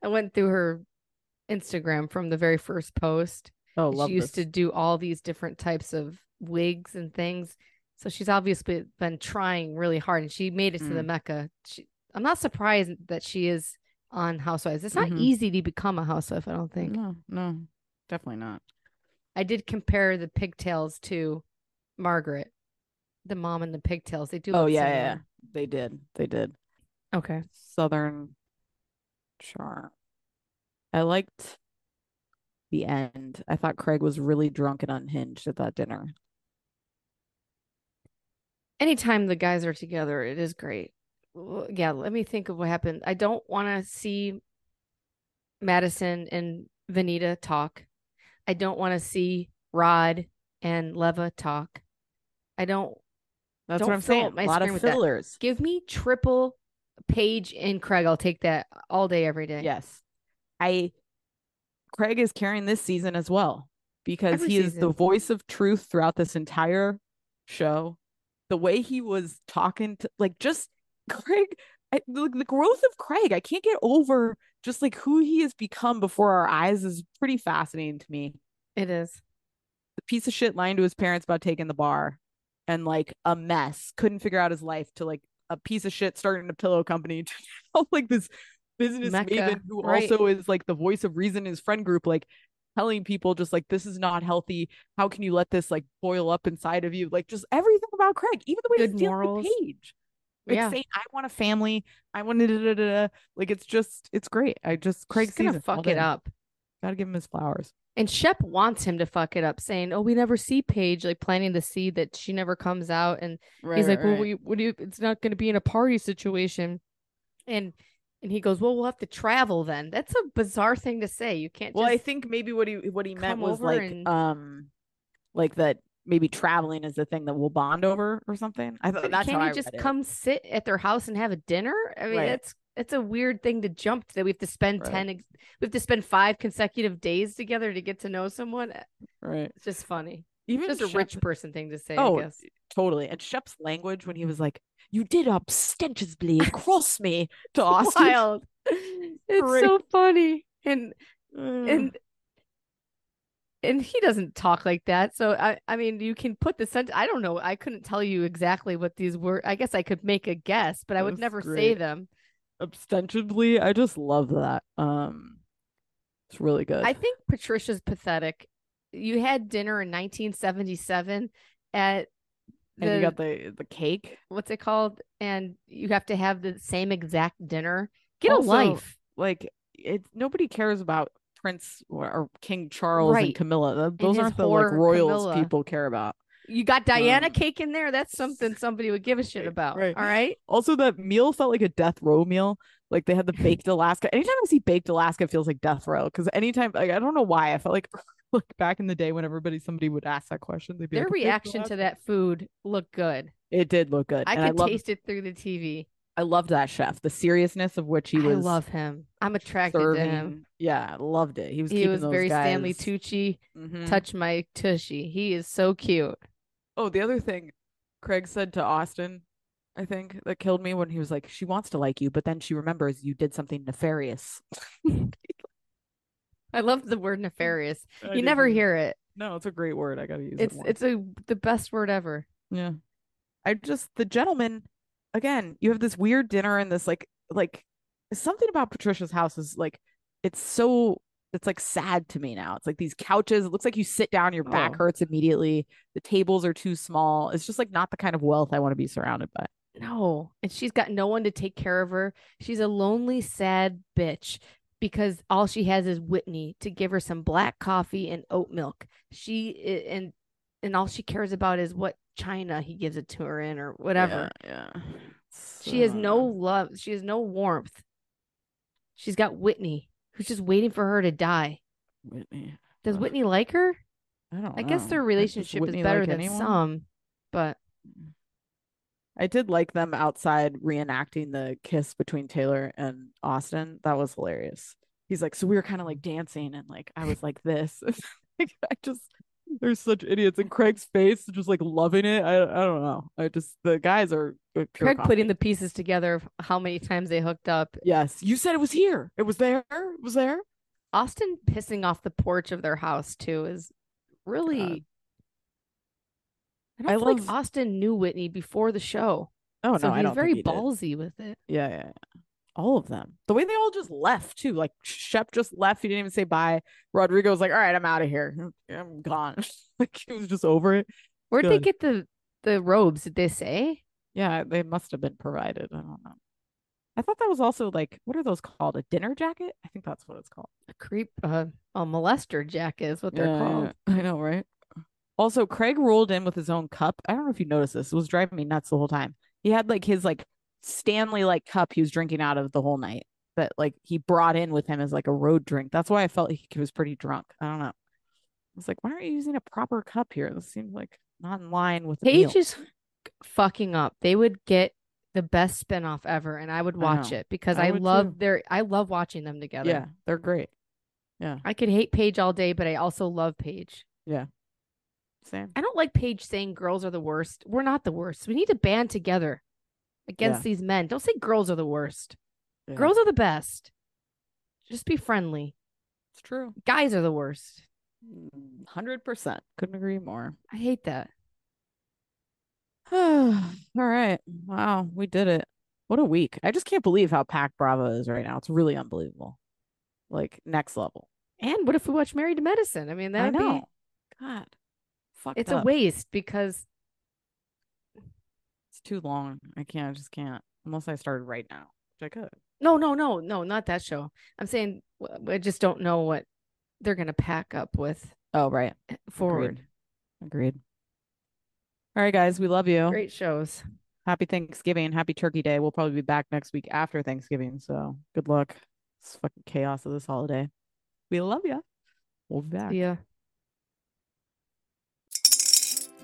Speaker 2: I went through her Instagram from the very first post.
Speaker 1: Oh,
Speaker 2: and
Speaker 1: love
Speaker 2: she used to
Speaker 1: this.
Speaker 2: do all these different types of wigs and things. So she's obviously been trying really hard, and she made it to the
Speaker 1: Mm.
Speaker 2: Mecca. She, I'm not surprised that she is on Housewives. It's not
Speaker 1: Mhm.
Speaker 2: easy to become a housewife, I don't think.
Speaker 1: No, no, definitely not.
Speaker 2: I did compare the pigtails to Margaret, the mom and the pigtails. They do.
Speaker 1: Oh
Speaker 2: look
Speaker 1: yeah, yeah, yeah.
Speaker 2: similar.
Speaker 1: They did. They did.
Speaker 2: Okay.
Speaker 1: Southern charm. I liked the end. I thought Craig was really drunk and unhinged at that dinner.
Speaker 2: Anytime the guys are together, it is great. Well, Yeah, let me think of what happened. I don't want to see Madison and Vanita talk. I don't want to see Rod and Leva talk. I don't
Speaker 1: That's
Speaker 2: Don't
Speaker 1: what I'm
Speaker 2: fill
Speaker 1: saying.
Speaker 2: up my
Speaker 1: a lot
Speaker 2: screen
Speaker 1: of
Speaker 2: with that.
Speaker 1: fillers.
Speaker 2: give me triple Paige and Craig. I'll take that all day, every day.
Speaker 1: Yes. I Craig is carrying this season as well because
Speaker 2: Every
Speaker 1: he is the
Speaker 2: season.
Speaker 1: voice of truth throughout this entire show. The way he was talking to like just Craig I, the, the growth of Craig, I can't get over just like who he has become before our eyes is pretty fascinating to me.
Speaker 2: it is.
Speaker 1: The piece of shit lying to his parents about taking the bar and like a mess, couldn't figure out his life to like a piece of shit starting a pillow company to now, like this business
Speaker 2: Mecca,
Speaker 1: maven who
Speaker 2: right.
Speaker 1: also is like the voice of reason in his friend group. Like telling people just like this is not healthy. How can you let this like boil up inside of you? Like just everything about Craig, even the way
Speaker 2: Good
Speaker 1: he's dealing
Speaker 2: morals.
Speaker 1: with Paige. Like
Speaker 2: Yeah.
Speaker 1: saying, I want a family. I want to da, da, da, da. like it's just it's great. I just Craig's
Speaker 2: Craig's gonna fuck it up.
Speaker 1: Gotta give him his flowers.
Speaker 2: And Shep wants him to fuck it up, saying, "Oh, we never see Paige." Like planting the seed that she never comes out, and
Speaker 1: Right,
Speaker 2: he's like, "Well, we, what do you? It's not going to be in a party situation," and and he goes, "Well, we'll have to travel then." That's a bizarre thing to say. You can't.
Speaker 1: Well, I
Speaker 2: just,
Speaker 1: think maybe what he what he
Speaker 2: come
Speaker 1: meant was
Speaker 2: over
Speaker 1: like
Speaker 2: and-
Speaker 1: um like that maybe traveling is the thing that we'll bond over or something. I thought
Speaker 2: but
Speaker 1: that's
Speaker 2: can't
Speaker 1: how
Speaker 2: you
Speaker 1: I
Speaker 2: just
Speaker 1: read it.
Speaker 2: come sit at their house and have a dinner? I mean,
Speaker 1: Right.
Speaker 2: that's it's a weird thing to jump to, that we have to spend
Speaker 1: Right.
Speaker 2: ten, ex- we have to spend five consecutive days together to get to know someone. Eh,
Speaker 1: right.
Speaker 2: It's just funny.
Speaker 1: Even
Speaker 2: Just a
Speaker 1: Shep-
Speaker 2: rich person thing to say.
Speaker 1: Oh,
Speaker 2: I guess.
Speaker 1: totally. And Shep's language when he was like, "You did ostentatiously cross me to Austin."
Speaker 2: wild. It's
Speaker 1: Great.
Speaker 2: so funny. And
Speaker 1: and
Speaker 2: and and he doesn't talk like that. So I I mean you can put the sentence I don't know. I couldn't tell you exactly what these were. I guess I could make a guess, but I would
Speaker 1: That's
Speaker 2: never say
Speaker 1: great.
Speaker 2: them.
Speaker 1: ostentatiously, I just love that. Um, it's really good.
Speaker 2: I think Patricia's pathetic. You had dinner in 1977 at the
Speaker 1: and you got the the cake.
Speaker 2: what's it called? And you have to have the same exact dinner. Get
Speaker 1: Also,
Speaker 2: a life.
Speaker 1: Like it, nobody cares about Prince or, or King Charles and
Speaker 2: Right.
Speaker 1: Camilla. Th- Those
Speaker 2: his
Speaker 1: aren't the like
Speaker 2: whore,
Speaker 1: royals
Speaker 2: Camilla.
Speaker 1: people care about.
Speaker 2: You got Diana
Speaker 1: um,
Speaker 2: cake in there. That's something somebody would give a shit
Speaker 1: right,
Speaker 2: about.
Speaker 1: right.
Speaker 2: All right.
Speaker 1: Also, that meal felt like a death row meal. Like they had the baked Alaska. Anytime I see baked Alaska, it feels like death row. Because anytime, like I don't know why, I felt like like back in the day when everybody somebody would ask that question, they'd be
Speaker 2: Their
Speaker 1: like, "Baked
Speaker 2: reaction to
Speaker 1: Alaska."
Speaker 2: that food looked good.
Speaker 1: It did look good.
Speaker 2: I
Speaker 1: and I
Speaker 2: could
Speaker 1: loved,
Speaker 2: taste it through the TV.
Speaker 1: I loved that chef. The seriousness of which he
Speaker 2: I
Speaker 1: was.
Speaker 2: love him. I'm attracted
Speaker 1: serving.
Speaker 2: to him.
Speaker 1: Yeah, I loved it. He was.
Speaker 2: He
Speaker 1: keeping
Speaker 2: was
Speaker 1: those
Speaker 2: very
Speaker 1: guys.
Speaker 2: Stanley Tucci.
Speaker 1: Mhm.
Speaker 2: Touch my tushy. He is so cute.
Speaker 1: Oh, the other thing Craig said to Austin, I think, that killed me when he was like, She wants to like you, but then she remembers you did something nefarious.
Speaker 2: I love the word nefarious. you never hear it.
Speaker 1: No, it's a great word. I gotta use
Speaker 2: It's
Speaker 1: it. more.
Speaker 2: it's a the best word ever.
Speaker 1: yeah. I just the gentleman again, you have this weird dinner and this like like something about Patricia's house is like it's so it's like sad to me now. It's like these couches, it looks like you sit down, your back
Speaker 2: Oh.
Speaker 1: hurts immediately. The tables are too small. It's just like not the kind of wealth I want to be surrounded by.
Speaker 2: No, and she's got no one to take care of her. She's a lonely, sad bitch because all she has is Whitney to give her some black coffee and oat milk. She i- and and all she cares about is what china he gives it to her in or whatever.
Speaker 1: Yeah. yeah.
Speaker 2: She has
Speaker 1: So-
Speaker 2: no love. She has no warmth. She's got Whitney, who's just waiting for her to die.
Speaker 1: Whitney.
Speaker 2: Does
Speaker 1: Ugh.
Speaker 2: Whitney like her?
Speaker 1: I don't.
Speaker 2: I guess
Speaker 1: know.
Speaker 2: their
Speaker 1: Does
Speaker 2: relationship is
Speaker 1: Whitney
Speaker 2: better
Speaker 1: like
Speaker 2: than
Speaker 1: anyone?
Speaker 2: some, but
Speaker 1: I did like them outside reenacting the kiss between Taylor and Austin. That was hilarious. He's like, so we were kind of like dancing, and like I was like this. Like, I just they're such idiots. And Craig's face, just like loving it. I I don't know. I just the guys are uh, pure
Speaker 2: Craig putting the
Speaker 1: comedy.
Speaker 2: pieces together of how many times they hooked up
Speaker 1: yes. You said it was here. It was there. It was there.
Speaker 2: Austin pissing off the porch of their house too is really. I don't
Speaker 1: I
Speaker 2: feel
Speaker 1: love-
Speaker 2: like Austin knew Whitney before the show,
Speaker 1: Oh
Speaker 2: so
Speaker 1: no, I
Speaker 2: he's
Speaker 1: don't
Speaker 2: very
Speaker 1: think he did.
Speaker 2: ballsy with it.
Speaker 1: Yeah, yeah, yeah. All of them. The way they all just left too. Like Shep just left. He didn't even say bye. Rodrigo was like, "All right, I'm out of here. I'm gone." like he was just over it.
Speaker 2: Where'd they
Speaker 1: Good.
Speaker 2: get the the robes? Did they say?
Speaker 1: Yeah, they must have been provided. I don't know. I thought that was also like, what are those called? A dinner jacket? I think that's what it's called.
Speaker 2: A creep, uh, a molester jacket is what they're
Speaker 1: Yeah, yeah,
Speaker 2: called.
Speaker 1: I know, right? Also, Craig rolled in with his own cup. I don't know if you noticed this. It was driving me nuts the whole time. He had like his like Stanley like cup he was drinking out of the whole night that like he brought in with him as like a road drink. That's why I felt like he was pretty drunk. I don't know. I was like, why aren't you using a proper cup here? This seems like not in line with the meal.
Speaker 2: Paige is fucking up. They would get the best spinoff ever, and I would watch
Speaker 1: know.
Speaker 2: it because
Speaker 1: I
Speaker 2: I,
Speaker 1: would,
Speaker 2: love
Speaker 1: too.
Speaker 2: their. I love watching them together.
Speaker 1: Yeah, they're great.
Speaker 2: I could hate Paige all day, but I also love Paige.
Speaker 1: Sam.
Speaker 2: I don't like Paige saying girls are the worst. We're not the worst. We need to band together against
Speaker 1: Yeah.
Speaker 2: these men. Don't say girls are the worst.
Speaker 1: Yeah,
Speaker 2: Girls are the best. Just be friendly.
Speaker 1: it's true.
Speaker 2: Guys are the worst.
Speaker 1: Mm, Hundred percent. Couldn't agree more.
Speaker 2: I hate that.
Speaker 1: All right. Wow. We did it. What a week. I just can't believe how packed Bravo is right now. It's really unbelievable. Like next level.
Speaker 2: And what if we watch Married to Medicine? I mean,
Speaker 1: I
Speaker 2: that would
Speaker 1: know.
Speaker 2: be
Speaker 1: God, fucked
Speaker 2: it's
Speaker 1: up.
Speaker 2: a waste because
Speaker 1: It's too long. I can't. I just can't. Unless I started right now, which I could.
Speaker 2: no, no, no, no, not that show. I'm saying w- I just don't know what they're gonna pack up with
Speaker 1: Oh, right.
Speaker 2: forward.
Speaker 1: Agreed. All right, guys. We love you.
Speaker 2: Great shows.
Speaker 1: Happy Thanksgiving. Happy Turkey Day. We'll probably be back next week after Thanksgiving. So good luck. It's fucking chaos of this holiday. We love you. We'll be back.
Speaker 2: Yeah.